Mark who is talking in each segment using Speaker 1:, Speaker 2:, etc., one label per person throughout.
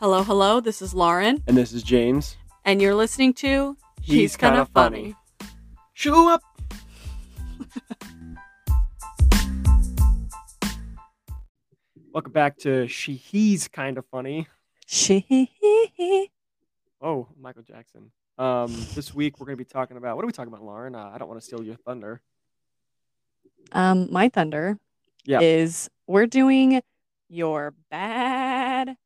Speaker 1: Hello, hello. This is Lauren,
Speaker 2: And this is James.
Speaker 1: and you're listening to
Speaker 2: He's Kinda Funny. Show up! Welcome back to She He's Kind of Funny.
Speaker 1: She.
Speaker 2: Oh, Michael Jackson. Um, this week we're going to be talking about what are we talking about, Lauren? Uh, I don't want to steal your thunder.
Speaker 1: Um, my thunder.
Speaker 2: Yeah.
Speaker 1: Is we're doing your bad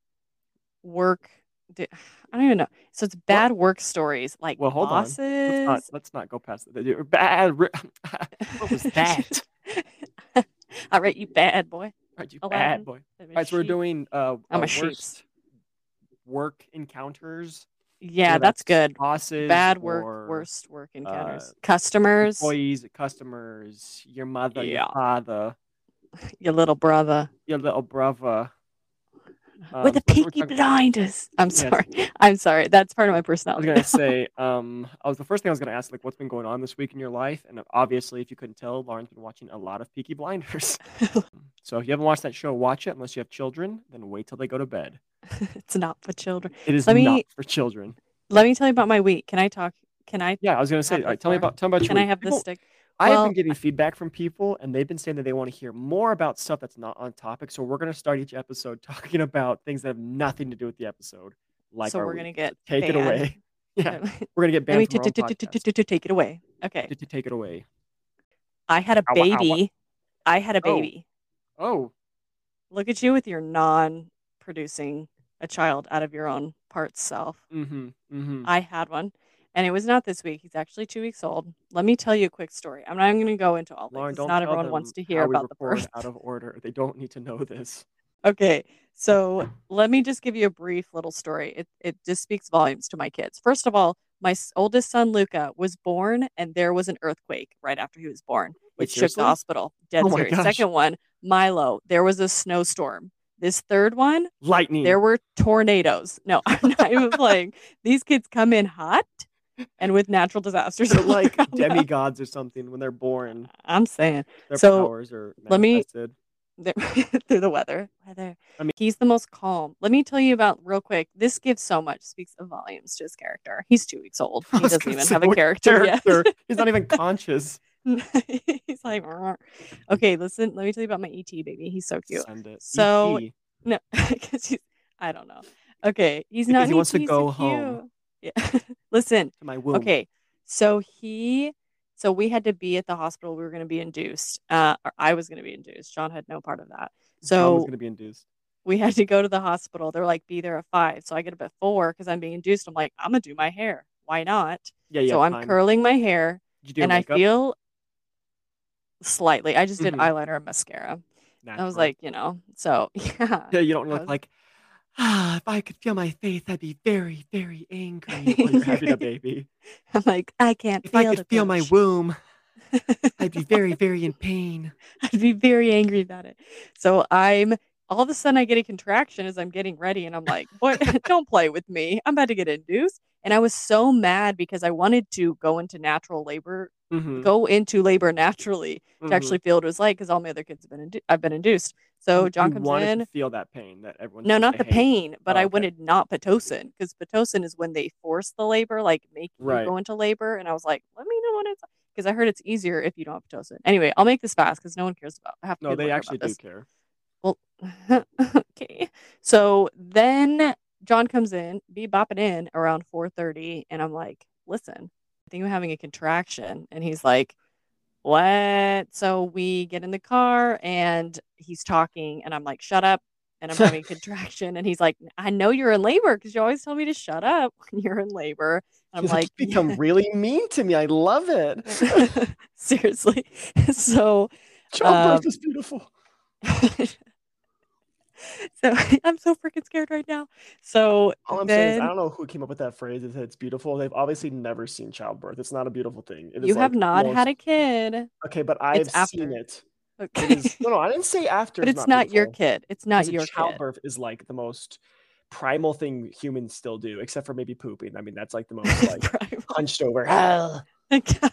Speaker 1: work. di- I don't even know. So it's bad work stories like
Speaker 2: Well, hold on. Let's
Speaker 1: bosses.
Speaker 2: Let's not, let's not go past it. Bad. ri- what was that?
Speaker 1: All right, you bad boy.
Speaker 2: Aren't you
Speaker 1: Aladdin.
Speaker 2: bad boy? All right, so we're doing uh,
Speaker 1: I'm
Speaker 2: uh,
Speaker 1: a sheeps.
Speaker 2: worst work encounters.
Speaker 1: Yeah,
Speaker 2: whether
Speaker 1: that's good.
Speaker 2: Bosses,
Speaker 1: Bad work,
Speaker 2: or-
Speaker 1: worst work encounters.
Speaker 2: uh,
Speaker 1: Customers,
Speaker 2: employees, customers, your mother,
Speaker 1: Yeah.
Speaker 2: your father,
Speaker 1: your little brother
Speaker 2: your little brother.
Speaker 1: with the
Speaker 2: Um, we're- we're
Speaker 1: peaky
Speaker 2: talking-
Speaker 1: blinders. I'm
Speaker 2: Yes.
Speaker 1: sorry. I'm sorry. That's part of my
Speaker 2: I was
Speaker 1: personality.
Speaker 2: gonna say, um, I was the first thing I was gonna ask, like, what's been going on this week in your life? And obviously, if you couldn't tell, Lauren's been watching a lot of Peaky Blinders. so if you haven't watched that show, watch it. Unless you have children, then wait till they go to bed.
Speaker 1: it's not for children.
Speaker 2: It is
Speaker 1: Let me-
Speaker 2: not for children.
Speaker 1: Let me tell you about my week. Can I talk? Can I?
Speaker 2: Yeah, I was gonna say,
Speaker 1: the
Speaker 2: like, tell me
Speaker 1: floor.
Speaker 2: about, tell me about your
Speaker 1: Can I
Speaker 2: week.
Speaker 1: have this
Speaker 2: People-
Speaker 1: stick?
Speaker 2: I have
Speaker 1: Well,
Speaker 2: been getting feedback from people, and they've been saying that they want to hear more about stuff that's not on topic. So we're going to start each episode talking about things that have nothing to do with the episode. Like,
Speaker 1: so
Speaker 2: our
Speaker 1: we're
Speaker 2: week.
Speaker 1: gonna get
Speaker 2: take it
Speaker 1: banned.
Speaker 2: away. Yeah,
Speaker 1: Let
Speaker 2: we're going to get
Speaker 1: me
Speaker 2: banned
Speaker 1: t-
Speaker 2: from
Speaker 1: t-
Speaker 2: our
Speaker 1: t-
Speaker 2: own
Speaker 1: t-
Speaker 2: podcast.
Speaker 1: t- t- take it away. Okay,
Speaker 2: T- t- Take it away.
Speaker 1: I had a
Speaker 2: Ow, ow, ow.
Speaker 1: baby. I had a
Speaker 2: Oh.
Speaker 1: baby.
Speaker 2: Oh,
Speaker 1: Look at you with your non-producing a child out of your own parts self.
Speaker 2: mm-hmm, mm-hmm.
Speaker 1: I had one, and it was not this week. He's actually two weeks old. Let me tell you a quick story. I'm not going to go into all
Speaker 2: Lauren,
Speaker 1: this.
Speaker 2: don't
Speaker 1: Not
Speaker 2: tell
Speaker 1: everyone wants
Speaker 2: them
Speaker 1: to hear
Speaker 2: how we
Speaker 1: about the
Speaker 2: record
Speaker 1: birth.
Speaker 2: out of order. They don't need to know this.
Speaker 1: Okay, so let me just give you a brief little story. It it just speaks volumes to my kids. First of all, my s- oldest son Luca was born, and there was an earthquake right after he was born.
Speaker 2: Wait,
Speaker 1: it shook
Speaker 2: seriously?
Speaker 1: the hospital. Dead
Speaker 2: Oh my
Speaker 1: serious.
Speaker 2: gosh.
Speaker 1: Second one, Milo. There was a snowstorm. This third one,
Speaker 2: Lightning.
Speaker 1: there were tornadoes. No, I'm not even playing. These kids come in hot and with natural disasters.
Speaker 2: They're like
Speaker 1: I'm not-
Speaker 2: demigods or something when they're born.
Speaker 1: I'm saying
Speaker 2: Their
Speaker 1: So,
Speaker 2: powers are
Speaker 1: let me-
Speaker 2: manifested.
Speaker 1: they're- through the weather. Weather.
Speaker 2: I mean-
Speaker 1: he's the most calm. Let me tell you about real quick. This gives so much. Speaks of volumes to his character. He's two weeks old.
Speaker 2: I
Speaker 1: He
Speaker 2: was
Speaker 1: doesn't
Speaker 2: gonna
Speaker 1: even
Speaker 2: say,
Speaker 1: have a
Speaker 2: what
Speaker 1: character, yet.
Speaker 2: Character. He's not even conscious.
Speaker 1: he's like, "Rrr." okay, listen. Let me tell you about my ET baby. He's so cute.
Speaker 2: Send it.
Speaker 1: So,
Speaker 2: ET.
Speaker 1: No, because he's. I don't know. Okay, he's
Speaker 2: Because
Speaker 1: not.
Speaker 2: he wants to
Speaker 1: ET, he's
Speaker 2: go
Speaker 1: so
Speaker 2: home.
Speaker 1: cute. Yeah. listen.
Speaker 2: to my womb.
Speaker 1: Okay. So he so we had to be at the hospital. We were going to be induced. Uh or I was going to be induced. John had no part of that.
Speaker 2: John was
Speaker 1: So
Speaker 2: going to be induced.
Speaker 1: we had to go to the hospital. They're like be there at 5. So I get up at 4 cuz I'm being induced. I'm like I'm going to do my hair. Why not?
Speaker 2: Yeah, yeah.
Speaker 1: so I'm
Speaker 2: time.
Speaker 1: curling my hair
Speaker 2: Did you do your
Speaker 1: and I
Speaker 2: makeup?
Speaker 1: feel slightly. I just did
Speaker 2: Mhm.
Speaker 1: eyeliner and mascara. I was
Speaker 2: Natural.
Speaker 1: like, you know. So, yeah.
Speaker 2: yeah, you don't
Speaker 1: I
Speaker 2: look
Speaker 1: was-
Speaker 2: like. Ah, if I could feel my face, I'd be very, very angry. While you're having a baby.
Speaker 1: I'm like I can't
Speaker 2: If
Speaker 1: feel
Speaker 2: I could
Speaker 1: the
Speaker 2: feel my
Speaker 1: gush."
Speaker 2: womb, I'd be very, very in pain.
Speaker 1: I'd be very angry about it. So I'm all of a sudden I get a contraction as I'm getting ready and I'm like, what don't play with me. I'm about to get induced. And I was so mad because I wanted to go into natural labor,
Speaker 2: Mhm,
Speaker 1: go into labor naturally
Speaker 2: mhm.
Speaker 1: to actually feel what it was like because all my other kids have been indu- I've been induced. So
Speaker 2: You-
Speaker 1: John
Speaker 2: you
Speaker 1: comes
Speaker 2: wanted
Speaker 1: in.
Speaker 2: To feel that pain that everyone.
Speaker 1: No,
Speaker 2: says
Speaker 1: not
Speaker 2: they
Speaker 1: the
Speaker 2: hate.
Speaker 1: pain, but
Speaker 2: Oh,
Speaker 1: I
Speaker 2: okay.
Speaker 1: wanted not Pitocin because Pitocin is when they force the labor, like make
Speaker 2: Right.
Speaker 1: you go into labor. And I was like, let me know when it's because I heard it's easier if you don't have Pitocin. Anyway, I'll make this fast because no one cares about. I have to
Speaker 2: No,
Speaker 1: people
Speaker 2: they
Speaker 1: care
Speaker 2: actually
Speaker 1: about this.
Speaker 2: do care.
Speaker 1: Well, okay. So then John comes in, be bopping in around 4:30, and I'm like, "Listen, I think I'm having a contraction." And he's like, "What?" So we get in the car, and he's talking, and I'm like, "Shut up." And I'm having a contraction, and he's like, "I know you're in labor because you always tell me to shut up when you're in labor." And I'm
Speaker 2: You've
Speaker 1: like,
Speaker 2: become really mean to me. I love it.
Speaker 1: "Seriously." so
Speaker 2: Childbirth
Speaker 1: Um,
Speaker 2: is beautiful.
Speaker 1: so I'm so freaking scared right now. So
Speaker 2: All I'm saying is,
Speaker 1: then
Speaker 2: I don't know who came up with that phrase. That it's beautiful. They've obviously never seen childbirth. It's not a beautiful thing. It is
Speaker 1: you have
Speaker 2: like
Speaker 1: not
Speaker 2: most-
Speaker 1: had a kid.
Speaker 2: Okay, but I've seen
Speaker 1: after.
Speaker 2: it. It
Speaker 1: Okay.
Speaker 2: is, no, no, I didn't say after.
Speaker 1: but
Speaker 2: is
Speaker 1: it's not your
Speaker 2: beautiful,
Speaker 1: kid. It's not
Speaker 2: because
Speaker 1: your kid.
Speaker 2: childbirth is like the most primal thing humans still do, except for maybe pooping. I mean, that's like the most like
Speaker 1: Right.
Speaker 2: hunched over. "Ah."
Speaker 1: oh Gosh.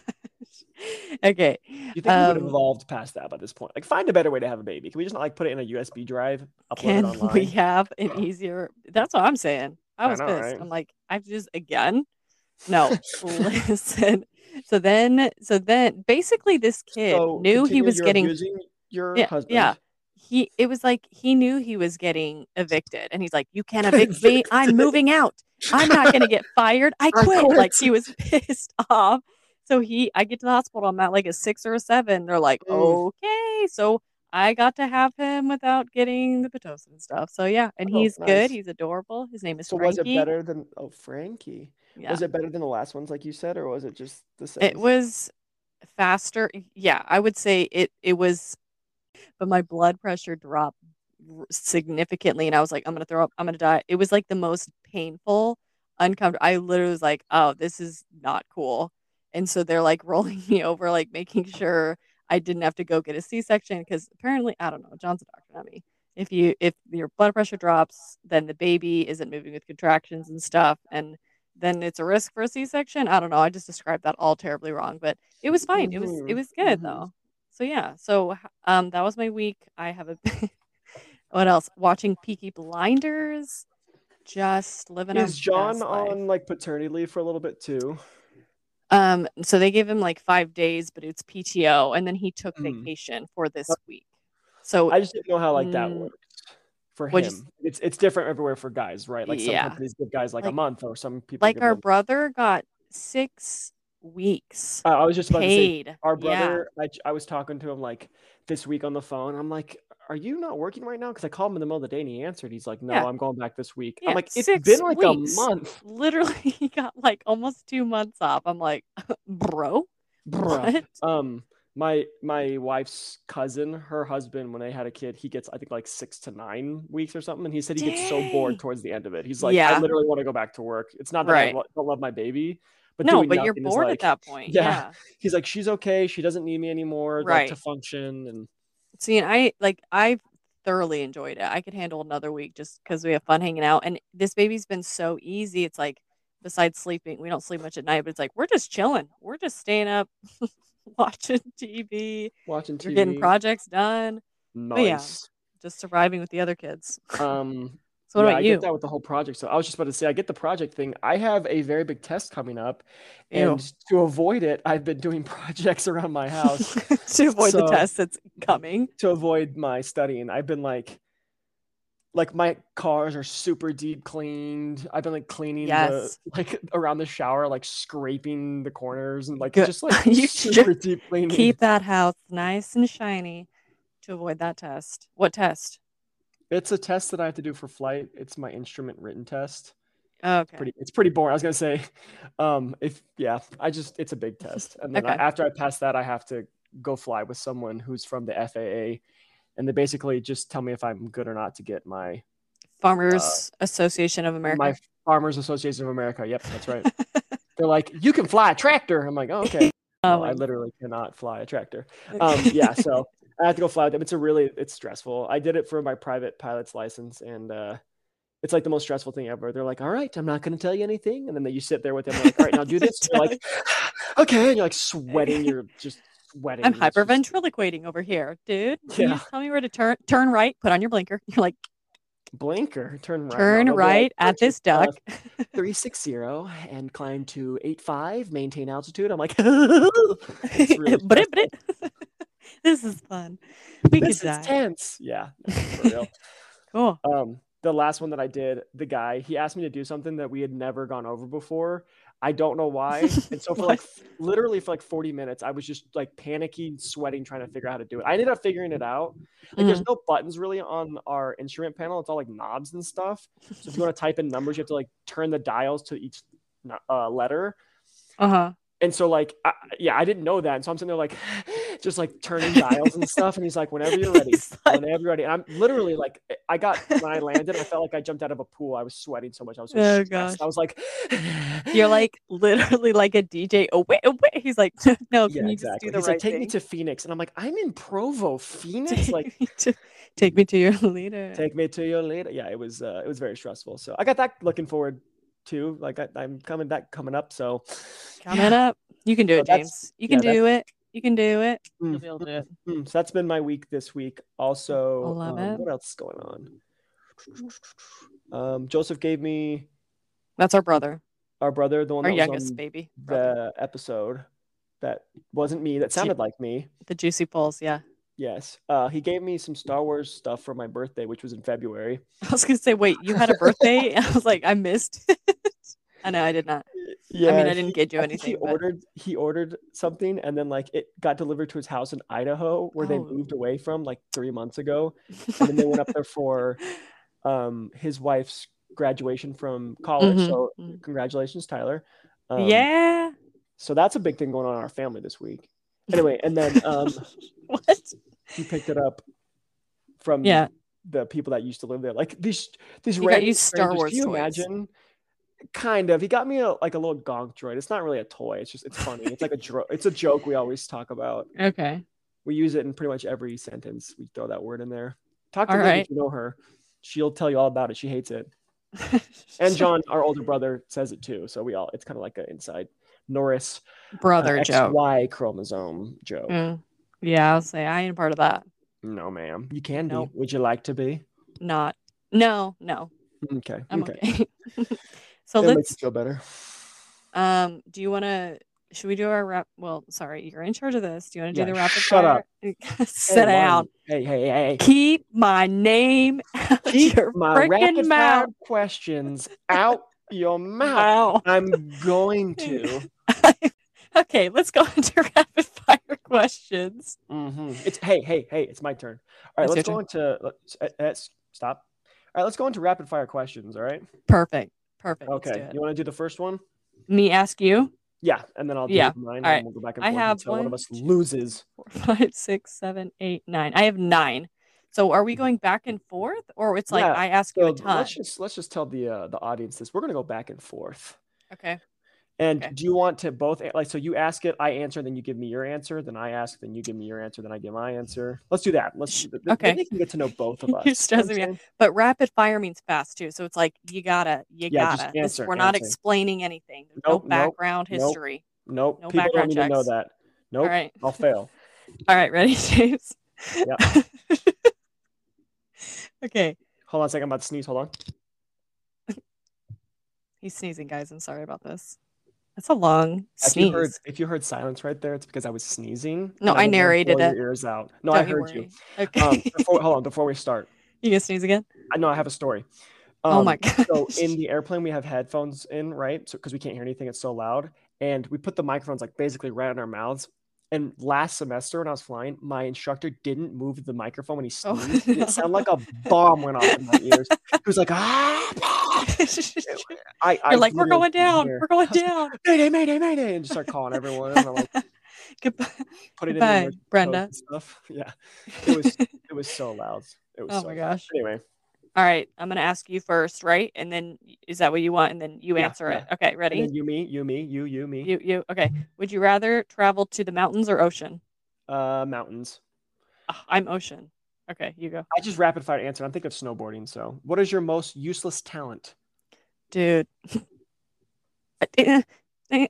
Speaker 1: okay.
Speaker 2: You think we would have
Speaker 1: Um,
Speaker 2: evolved past that by this point? Like, find a better way to have a baby. Can we just not like put it in a USB drive? Upload it
Speaker 1: Can
Speaker 2: online?
Speaker 1: we have an easier? That's what I'm saying. I
Speaker 2: I
Speaker 1: was
Speaker 2: know,
Speaker 1: pissed.
Speaker 2: right?
Speaker 1: I'm like, I've just again. No, listen. So then, so then, basically, this kid
Speaker 2: So,
Speaker 1: knew he
Speaker 2: continue,
Speaker 1: was
Speaker 2: you're
Speaker 1: getting
Speaker 2: abusing your
Speaker 1: Yeah,
Speaker 2: husband.
Speaker 1: yeah. he it was like he knew he was getting evicted and he's like you can't evict me i'm
Speaker 2: Evicted.
Speaker 1: moving out i'm not going to get fired i
Speaker 2: I
Speaker 1: quit like
Speaker 2: quit.
Speaker 1: he was pissed off so he i get to the hospital i'm at like a six or a seven they're like
Speaker 2: Mm.
Speaker 1: okay so i got to have him without getting the pitocin and stuff so yeah and
Speaker 2: Oh,
Speaker 1: he's good
Speaker 2: nice.
Speaker 1: he's adorable his name is
Speaker 2: So was
Speaker 1: Frankie.
Speaker 2: it better than oh Frankie?
Speaker 1: yeah
Speaker 2: Was it better than the last ones like you said, or was it just the same?
Speaker 1: it was faster yeah i would say it it was but my blood pressure dropped r- significantly and i was like i'm gonna throw up i'm gonna die it was like the most painful uncomfortable i literally was like oh this is not cool and so they're like rolling me over like making sure i didn't have to go get a c-section because apparently i don't know john's a doctor not me if you if your blood pressure drops then the baby isn't moving with contractions and stuff and then it's a risk for a c-section i don't know i just described that all terribly wrong but it was fine it was it
Speaker 2: Mhm,
Speaker 1: was good
Speaker 2: mhm.
Speaker 1: though so yeah so h- um that was my week i have a what else watching peaky blinders just living our
Speaker 2: Is John
Speaker 1: best life.
Speaker 2: on like paternity leave for a little bit too?
Speaker 1: um so they gave him like five days but it's pto and then he took
Speaker 2: Mm.
Speaker 1: vacation for this week so
Speaker 2: I just didn't know how like that
Speaker 1: Mm.
Speaker 2: works for
Speaker 1: What'd
Speaker 2: him.
Speaker 1: you
Speaker 2: It's it's different everywhere for guys, right? Like some
Speaker 1: Yeah.
Speaker 2: companies give guys like, a
Speaker 1: Like-
Speaker 2: month, or some people
Speaker 1: like
Speaker 2: give
Speaker 1: our
Speaker 2: them-
Speaker 1: brother got six weeks
Speaker 2: I- I was just about to say
Speaker 1: paid
Speaker 2: our
Speaker 1: Yeah.
Speaker 2: brother I, I was talking to him like this week on the phone i'm like are you not working right now because i called him in the middle of the day and he answered he's like no
Speaker 1: Yeah.
Speaker 2: i'm going back this week
Speaker 1: Yeah,
Speaker 2: i'm like it's
Speaker 1: six
Speaker 2: been like
Speaker 1: weeks.
Speaker 2: a month
Speaker 1: literally he got like almost two months off i'm like bro
Speaker 2: bruh
Speaker 1: what?
Speaker 2: um my my wife's cousin her husband when they had a kid he gets i think like six to nine weeks or something and he said he gets so
Speaker 1: Dang.
Speaker 2: bored towards the end of it he's like
Speaker 1: Yeah.
Speaker 2: i literally want to go back to work it's not that
Speaker 1: Right.
Speaker 2: i lo- don't love my baby but
Speaker 1: no
Speaker 2: doing
Speaker 1: but you're
Speaker 2: nothing is,
Speaker 1: bored
Speaker 2: like,
Speaker 1: at that point
Speaker 2: yeah.
Speaker 1: yeah.
Speaker 2: he's like she's okay she doesn't need me anymore like, to
Speaker 1: Right.
Speaker 2: function and
Speaker 1: See, and I like I thoroughly enjoyed it. I could handle another week just because we have fun hanging out. And this baby's been so easy. It's like besides sleeping, we don't sleep much at night, but it's like we're just chilling. We're just staying up, watching TV.
Speaker 2: watching
Speaker 1: We're
Speaker 2: tv
Speaker 1: getting projects done, yeah.
Speaker 2: nice
Speaker 1: just surviving with the other kids.
Speaker 2: Um,
Speaker 1: So what
Speaker 2: yeah,
Speaker 1: about
Speaker 2: I
Speaker 1: you?
Speaker 2: get that with the whole project. So I was just about to say, I get the project thing. I have a very big test coming up,
Speaker 1: Ew.
Speaker 2: and to avoid it, I've been doing projects around my house
Speaker 1: to avoid the
Speaker 2: So-
Speaker 1: test that's coming.
Speaker 2: to avoid my studying. I've been like, like my cars are super deep cleaned. I've been like cleaning
Speaker 1: Yes.
Speaker 2: the like around the shower, like scraping the corners and like
Speaker 1: Good.
Speaker 2: just like
Speaker 1: You
Speaker 2: super
Speaker 1: should
Speaker 2: deep cleaning.
Speaker 1: Keep that house nice and shiny to avoid that test. What test?
Speaker 2: It's a test that I have to do for flight. It's my instrument written test.
Speaker 1: Oh, Okay.
Speaker 2: pretty it's pretty boring. I was gonna say, um, if yeah, I just it's a big test, and then I,
Speaker 1: Okay.
Speaker 2: after I pass that, I have to go fly with someone who's from the FAA, and they basically just tell me if I'm good or not to get my
Speaker 1: Farmers Association of America.
Speaker 2: uh, my Farmers Association of America. Yep, that's right. They're like, you can fly a tractor. I'm like, "Oh, okay.
Speaker 1: Oh
Speaker 2: No,
Speaker 1: my
Speaker 2: I literally cannot fly a tractor. Um, yeah, so I have to go fly with them. It's a really it's stressful. I did it for my private pilot's license, and uh, it's like the most stressful thing ever. They're like, "All right, I'm not going to tell you anything," and then you sit there with them like, "All right, now do this." And you're like, "Okay," and you're like sweating. You're just sweating.
Speaker 1: I'm
Speaker 2: It's just-
Speaker 1: hyperventriloquating over here, dude. Can you
Speaker 2: Yeah.
Speaker 1: just tell me where to turn turn right, put on your blinker. You're like,
Speaker 2: Blinker. Turn right. now.
Speaker 1: turn
Speaker 2: They'll be like,
Speaker 1: right at
Speaker 2: "Aren't you,
Speaker 1: this
Speaker 2: uh,
Speaker 1: duck.
Speaker 2: 360 and climb to 85 maintain altitude i'm like it's really
Speaker 1: but it,
Speaker 2: stressful.
Speaker 1: but it. this is fun. We
Speaker 2: this
Speaker 1: could
Speaker 2: is
Speaker 1: die.
Speaker 2: tense yeah for real
Speaker 1: cool.
Speaker 2: um the last one that i did the guy he asked me to do something that we had never gone over before i don't know why and so for like f- literally for like 40 minutes i was just like panicking sweating trying to figure out how to do it i ended up figuring it out like there's
Speaker 1: Mm-hmm.
Speaker 2: no buttons really on our instrument panel it's all like knobs and stuff so if you want to type in numbers you have to like turn the dials to each nu- uh, letter
Speaker 1: Uh huh.
Speaker 2: and so like I, yeah i didn't know that and so i'm sitting there like just like turning dials and stuff and he's like whenever you're ready whenever you're ready and i'm literally like eh, i got when i landed i felt like i jumped out of a pool i was sweating so much i was so
Speaker 1: Oh,
Speaker 2: stressed.
Speaker 1: gosh.
Speaker 2: i was like
Speaker 1: You're like literally like a DJ. Oh wait, oh wait. He's like, no, no,
Speaker 2: yeah
Speaker 1: "Oh, can you
Speaker 2: exactly
Speaker 1: just do the
Speaker 2: he's
Speaker 1: right
Speaker 2: like take
Speaker 1: thing?
Speaker 2: me to phoenix and i'm like i'm in provo phoenix
Speaker 1: take,
Speaker 2: like
Speaker 1: me to, take me to your leader.
Speaker 2: take me to your later yeah it was uh it was very stressful so i got that looking forward too. Like I, I'm coming that coming up. So
Speaker 1: Coming up. You can do
Speaker 2: So
Speaker 1: it,
Speaker 2: that's-
Speaker 1: James. You can
Speaker 2: yeah,
Speaker 1: do it. You can do it.
Speaker 3: You'll be able to do it.
Speaker 2: Mm, so that's been my week this week. Also,
Speaker 1: I love
Speaker 2: um,
Speaker 1: it.
Speaker 2: what else is going on? Um, Joseph gave me
Speaker 1: That's our brother,
Speaker 2: our brother, the one
Speaker 1: our
Speaker 2: that was
Speaker 1: youngest
Speaker 2: on
Speaker 1: baby. brother.
Speaker 2: the episode that wasn't me, that sounded like me.
Speaker 1: The, juicy pulls. Yeah.
Speaker 2: Yes. Uh, he gave me some Star Wars stuff for my birthday, which was in February.
Speaker 1: I was gonna say, wait, you had a birthday? I was like, I missed. it. I know I did not.
Speaker 2: Yeah.
Speaker 1: I mean, I didn't get you
Speaker 2: I think
Speaker 1: anything.
Speaker 2: he
Speaker 1: but-
Speaker 2: ordered he ordered something and then like it got delivered to his house in Idaho where they
Speaker 1: Oh.
Speaker 2: moved away from like three months ago. And then they went up there for um his wife's graduation from college.
Speaker 1: Mhm,
Speaker 2: So
Speaker 1: mhm.
Speaker 2: congratulations, Tyler. Um,
Speaker 1: yeah.
Speaker 2: So that's a big thing going on in our family this week. Anyway, and then um
Speaker 1: What?
Speaker 2: he picked it up from
Speaker 1: Yeah.
Speaker 2: the people that used to live there. Like these these
Speaker 1: He got
Speaker 2: random
Speaker 1: you Star
Speaker 2: strangers,
Speaker 1: Wars
Speaker 2: Can you
Speaker 1: toys.
Speaker 2: imagine? Kind of. He got me a, like a little gonk droid. It's not really a toy. It's just it's funny. It's like a dro- it's a joke we always talk about.
Speaker 1: Okay.
Speaker 2: We use it in pretty much every sentence. We throw that word in there. Talk to
Speaker 1: All
Speaker 2: her if
Speaker 1: right.
Speaker 2: you know her. She'll tell you all about it. She hates it. And John, our older brother, says it too. So we all it's kind of like an inside Norris uh,
Speaker 1: brother joke.
Speaker 2: XY chromosome joke.
Speaker 1: Mm. Yeah, I'll say I ain't part of that.
Speaker 2: No, ma'am. You can
Speaker 1: Nope.
Speaker 2: be. Would you like to be?
Speaker 1: Not. No, no,
Speaker 2: Okay.
Speaker 1: I'm
Speaker 2: okay.
Speaker 1: okay. so
Speaker 2: That makes
Speaker 1: let's.
Speaker 2: you feel better.
Speaker 1: Um, do you want to? Should we do our wrap? Well, sorry, you're in charge of this. Do you want to
Speaker 2: Yeah,
Speaker 1: do the rapid
Speaker 2: shut up.
Speaker 1: fire? Sit
Speaker 2: Hey,
Speaker 1: down.
Speaker 2: Lauren. Hey, hey, hey.
Speaker 1: Keep my name out
Speaker 2: Keep
Speaker 1: your
Speaker 2: my rapid
Speaker 1: freaking
Speaker 2: fire
Speaker 1: mouth.
Speaker 2: questions out your mouth.
Speaker 1: Wow.
Speaker 2: I'm going to.
Speaker 1: okay, let's go into rapid fire questions.
Speaker 2: Mhm. It's hey, hey, hey. It's my turn. All right,
Speaker 1: That's
Speaker 2: let's go into. Let's, uh, uh, s- stop. All right, let's go into rapid fire questions. All right.
Speaker 1: Perfect. Perfect. Let's do
Speaker 2: Okay.
Speaker 1: it.
Speaker 2: You want to do the first one?
Speaker 1: Me ask you
Speaker 2: Yeah, and then I'll do
Speaker 1: Yeah,
Speaker 2: mine,
Speaker 1: all right.
Speaker 2: and we'll go back and
Speaker 1: I
Speaker 2: forth
Speaker 1: have
Speaker 2: until one.
Speaker 1: one.
Speaker 2: of us loses.
Speaker 1: four, five, six, seven, eight, nine. I have nine. So are we going back and forth, or it's like
Speaker 2: Yeah,
Speaker 1: I ask you
Speaker 2: So
Speaker 1: a ton?
Speaker 2: let's just let's just tell the uh, the audience this. We're gonna go back and forth.
Speaker 1: Okay.
Speaker 2: And
Speaker 1: Okay.
Speaker 2: do you want to both like so you ask it, I answer, then you give me your answer, then I ask, then you give me your answer, then I give my answer. Let's do that. Let's
Speaker 1: Sh-
Speaker 2: th- th-
Speaker 1: okay.
Speaker 2: Then they can get to know both
Speaker 1: You're
Speaker 2: of us. You know what
Speaker 1: stressing me
Speaker 2: I'm
Speaker 1: out. But rapid fire means fast too. So it's like you gotta, you
Speaker 2: Yeah, just
Speaker 1: gotta. This-
Speaker 2: answer,
Speaker 1: we're not
Speaker 2: answer.
Speaker 1: explaining anything. There's no
Speaker 2: Nope, nope,
Speaker 1: background
Speaker 2: nope.
Speaker 1: history.
Speaker 2: saying? Nope.
Speaker 1: No
Speaker 2: People don't
Speaker 1: background
Speaker 2: need to know
Speaker 1: checks.
Speaker 2: that. Nope.
Speaker 1: All right.
Speaker 2: I'll fail.
Speaker 1: All right. Ready, James?
Speaker 2: Yeah.
Speaker 1: okay.
Speaker 2: Hold on a second. I'm about to sneeze. Hold on.
Speaker 1: He's sneezing, guys. I'm sorry about this. That's a long
Speaker 2: If
Speaker 1: sneeze.
Speaker 2: you, heard, if you heard silence right there, it's because I was sneezing.
Speaker 1: No,
Speaker 2: and
Speaker 1: I
Speaker 2: didn't wanna
Speaker 1: narrated
Speaker 2: blow
Speaker 1: it.
Speaker 2: Your ears out. No, I
Speaker 1: Don't
Speaker 2: heard you.
Speaker 1: worry. Okay.
Speaker 2: Um, before, hold on. Before we start,
Speaker 1: you gonna sneeze again?
Speaker 2: I know I have a story.
Speaker 1: oh
Speaker 2: Um,
Speaker 1: my god.
Speaker 2: so in the airplane we have headphones in right so because we can't hear anything it's so loud and we put the microphones like basically right in our mouths and last semester when i was flying my instructor didn't move the microphone when he
Speaker 1: Oh,
Speaker 2: sneezed and
Speaker 1: no.
Speaker 2: it sounded like a bomb went off in my ears he was like ah
Speaker 1: You're
Speaker 2: I, I
Speaker 1: like, we're
Speaker 2: literally
Speaker 1: going
Speaker 2: couldn't
Speaker 1: down.
Speaker 2: hear.
Speaker 1: We're going
Speaker 2: I was like,
Speaker 1: down.
Speaker 2: mayday mayday mayday and just start calling everyone and i'm like
Speaker 1: Goodbye,
Speaker 2: put it in
Speaker 1: goodbye,
Speaker 2: their codes
Speaker 1: Brenda.
Speaker 2: and stuff yeah it was it was so loud it was
Speaker 1: Oh
Speaker 2: so
Speaker 1: my
Speaker 2: loud.
Speaker 1: gosh.
Speaker 2: anyway
Speaker 1: All right, I'm gonna ask you first, right? And then is that what you want? And then you
Speaker 2: Yeah,
Speaker 1: answer
Speaker 2: yeah.
Speaker 1: it. Okay,
Speaker 2: and
Speaker 1: ready?
Speaker 2: then you me you me you you me
Speaker 1: You you okay. Would you rather travel to the mountains or ocean?
Speaker 2: uh mountains
Speaker 1: Ah, I'm ocean. Okay, you go.
Speaker 2: I just rapid fire answer. I'm thinking of snowboarding. So, what is your most useless talent?
Speaker 1: Dude. I eh, eh,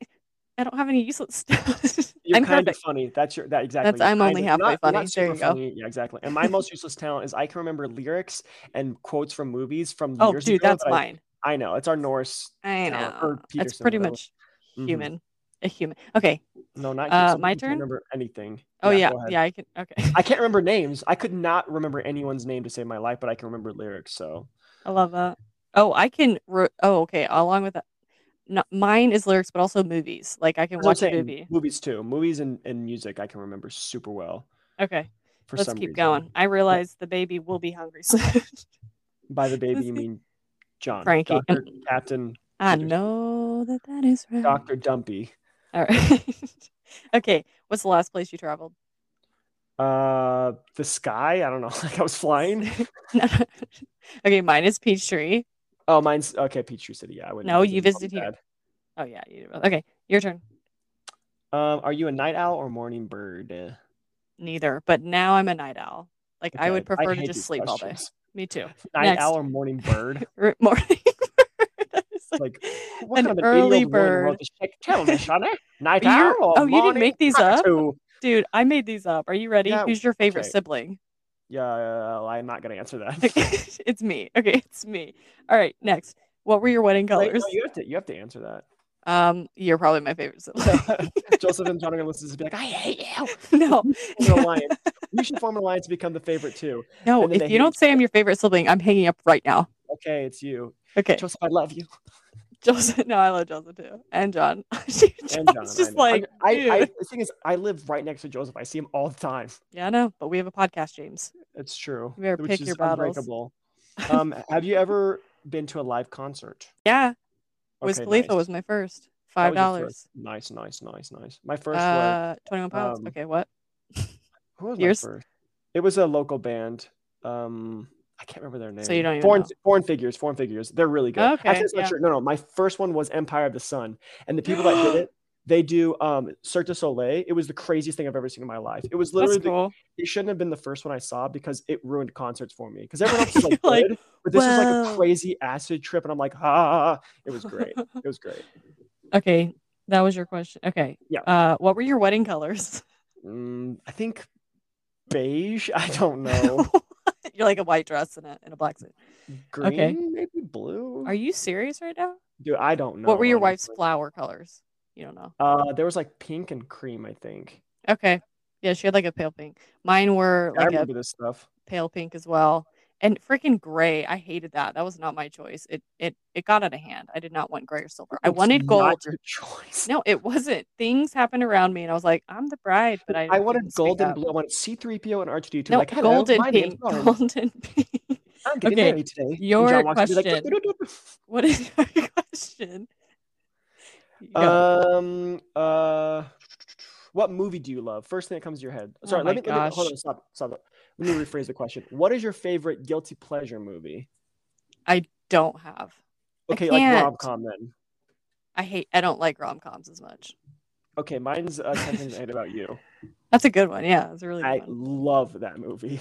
Speaker 1: I don't have any useless stuff.
Speaker 2: You're
Speaker 1: I'm
Speaker 2: kind
Speaker 1: perfect.
Speaker 2: of funny. That's your that exactly.
Speaker 1: That's-
Speaker 2: You're
Speaker 1: I'm
Speaker 2: kind
Speaker 1: only
Speaker 2: of-
Speaker 1: halfway
Speaker 2: you're
Speaker 1: funny. There
Speaker 2: super
Speaker 1: you go.
Speaker 2: funny. Yeah, exactly. And my most useless talent is I can remember lyrics and quotes from movies from
Speaker 1: Oh,
Speaker 2: years
Speaker 1: dude,
Speaker 2: ago.
Speaker 1: that's
Speaker 2: that I-
Speaker 1: mine.
Speaker 2: I, know it's our Norse.
Speaker 1: I
Speaker 2: Talent
Speaker 1: know.
Speaker 2: or
Speaker 1: It's
Speaker 2: Peterson,
Speaker 1: pretty
Speaker 2: whatever.
Speaker 1: much
Speaker 2: Mhm.
Speaker 1: human. A human. Okay.
Speaker 2: No, not
Speaker 1: Uh,
Speaker 2: Gibson.
Speaker 1: my
Speaker 2: I can't
Speaker 1: turn?
Speaker 2: Remember anything?
Speaker 1: Oh yeah.
Speaker 2: go ahead.
Speaker 1: Yeah, I can okay.
Speaker 2: I can't remember names. I could not remember anyone's name to save my life, but I can remember lyrics. So,
Speaker 1: I love that. Oh, I can. Re- oh, okay. Along with that, no, mine is lyrics, but also movies. Like I can
Speaker 2: That's what I'm
Speaker 1: watch a
Speaker 2: saying,
Speaker 1: movie.
Speaker 2: movies too. Movies and, and music I can remember super well.
Speaker 1: Okay,
Speaker 2: For
Speaker 1: let's
Speaker 2: some
Speaker 1: keep
Speaker 2: reason.
Speaker 1: going. I realize the baby will be hungry soon.
Speaker 2: By the baby, you
Speaker 1: Let's see.
Speaker 2: mean John,
Speaker 1: Frankie.
Speaker 2: Dr. Captain,
Speaker 1: I
Speaker 2: Peter's-
Speaker 1: know that that is right.
Speaker 2: Doctor Dumpy.
Speaker 1: All right. okay. What's the last place you traveled?
Speaker 2: Uh, the sky. I don't know. Like I was flying.
Speaker 1: No, no. okay, mine is Peachtree.
Speaker 2: Oh, mine's okay. Peachtree City. Yeah, I wouldn't.
Speaker 1: No,
Speaker 2: visit
Speaker 1: you
Speaker 2: it. That
Speaker 1: visited
Speaker 2: was
Speaker 1: here. Oh
Speaker 2: bad.
Speaker 1: yeah, you did. Okay, your turn.
Speaker 2: Um, are you a night owl or morning bird? Uh,
Speaker 1: Neither, but now I'm a night owl. Like I would
Speaker 2: okay.
Speaker 1: prefer to
Speaker 2: hate
Speaker 1: just
Speaker 2: these
Speaker 1: sleep all day.
Speaker 2: questions.
Speaker 1: Me too.
Speaker 2: Night
Speaker 1: Next.
Speaker 2: owl or morning bird?
Speaker 1: Root morning. That is so
Speaker 2: It's like what
Speaker 1: an
Speaker 2: kind of an
Speaker 1: early
Speaker 2: eight-year-old woman
Speaker 1: bird.
Speaker 2: Wrote this shit? Tell me, Sonny. eh? Night
Speaker 1: But you're-
Speaker 2: owl or
Speaker 1: oh, you didn't
Speaker 2: morning
Speaker 1: make these up?
Speaker 2: cockatoo?
Speaker 1: Dude, I made these up. Are you ready?
Speaker 2: Yeah,
Speaker 1: Who's your favorite
Speaker 2: okay.
Speaker 1: sibling?
Speaker 2: Yeah, I'm not gonna answer that.
Speaker 1: it's me. Okay, it's me. All right, next. What were your wedding
Speaker 2: Wait, no,
Speaker 1: colors?
Speaker 2: you have to you have to answer that.
Speaker 1: Um, you're probably my favorite sibling.
Speaker 2: Joseph and John are gonna listen to this and be like, I hate you.
Speaker 1: no,
Speaker 2: Form an alliance. We should form an alliance to become the favorite too.
Speaker 1: no.
Speaker 2: And then they
Speaker 1: If
Speaker 2: hate
Speaker 1: you don't
Speaker 2: each
Speaker 1: say I'm your favorite sibling, I'm hanging up right now.
Speaker 2: Okay, it's you.
Speaker 1: Okay,
Speaker 2: Joseph, I love you.
Speaker 1: Joseph. No, I love Joseph too, and John. John's
Speaker 2: And John. I
Speaker 1: just
Speaker 2: know.
Speaker 1: like,
Speaker 2: I, I, I
Speaker 1: dude.
Speaker 2: the thing is I live right next to Joseph. I see him all the time.
Speaker 1: yeah, I know, but we have a podcast, James.
Speaker 2: It's true.
Speaker 1: You better
Speaker 2: which
Speaker 1: pick
Speaker 2: is
Speaker 1: your battles.
Speaker 2: unbreakable. Um, have you ever been to a live concert?
Speaker 1: Yeah, Wiz
Speaker 2: Okay,
Speaker 1: Khalifa
Speaker 2: nice.
Speaker 1: was my first.
Speaker 2: That
Speaker 1: Five
Speaker 2: was your first.
Speaker 1: dollars.
Speaker 2: Nice, nice, nice, nice. My first was
Speaker 1: Uh, twenty-one pounds.
Speaker 2: um,
Speaker 1: okay, what?
Speaker 2: who was
Speaker 1: yours?
Speaker 2: my first? It was a local band. Um, I can't remember their name.
Speaker 1: So you don't even
Speaker 2: foreign,
Speaker 1: know.
Speaker 2: foreign figures, foreign figures. They're really good.
Speaker 1: Okay,
Speaker 2: Actually, it's not
Speaker 1: yeah.
Speaker 2: true. No, no. My first one was Empire of the Sun, and the people that did it, they do um Cirque du Soleil. It was the craziest thing I've ever seen in my life. It was literally
Speaker 1: That's
Speaker 2: the-
Speaker 1: cool.
Speaker 2: it shouldn't have been the first one I saw because it ruined concerts for me. Because everyone else was like,
Speaker 1: Like,
Speaker 2: good, but this is like
Speaker 1: "Whoa."
Speaker 2: a crazy acid trip, and I'm like, ah, it was great. It was great.
Speaker 1: Okay, that was your question. Okay.
Speaker 2: Yeah.
Speaker 1: Uh, what were your wedding colors?
Speaker 2: Mm, I think beige. I don't know.
Speaker 1: You're like a white dress and a, and a black suit.
Speaker 2: Green,
Speaker 1: Okay.
Speaker 2: maybe blue.
Speaker 1: Are you serious right now?
Speaker 2: Dude, I don't know.
Speaker 1: what were your wife's
Speaker 2: honestly.
Speaker 1: flower colors? You don't know.
Speaker 2: Uh, there was like pink and cream, I think.
Speaker 1: Okay. Yeah, she had like a pale pink. Mine were
Speaker 2: I
Speaker 1: like a
Speaker 2: remember this stuff.
Speaker 1: pale pink as well. And freaking gray. I hated that. That was not my choice. It it it got out of hand. I did not want gray or silver. I
Speaker 2: It's
Speaker 1: wanted gold.
Speaker 2: Not your choice.
Speaker 1: No, it wasn't. Things happened around me and I was like, I'm the bride, but I
Speaker 2: I wanted
Speaker 1: didn't speak
Speaker 2: gold and
Speaker 1: up.
Speaker 2: blue. I wanted C3PO and R2D2.
Speaker 1: No,
Speaker 2: like, hello,
Speaker 1: golden
Speaker 2: my name's
Speaker 1: pink.
Speaker 2: Lauren.
Speaker 1: Golden pink.
Speaker 2: I'm getting
Speaker 1: Okay,
Speaker 2: married today. And
Speaker 1: your
Speaker 2: John walks in, he's like,
Speaker 1: question. What is your question? Go.
Speaker 2: Um. Uh. What movie do you love? First thing that comes to your head.
Speaker 1: Oh
Speaker 2: Sorry,
Speaker 1: my
Speaker 2: let me. Let me
Speaker 1: gosh.
Speaker 2: hold on. Stop. Stop. it. Let me rephrase the question. What is your favorite guilty pleasure movie?
Speaker 1: Don't have. I
Speaker 2: Okay, like
Speaker 1: can't.
Speaker 2: rom com then.
Speaker 1: I hate. I don't like rom coms as much.
Speaker 2: Okay, mine's uh, Ten Things I Hate About You.
Speaker 1: That's a good one. Yeah, it's a really good
Speaker 2: I
Speaker 1: one.
Speaker 2: love that movie.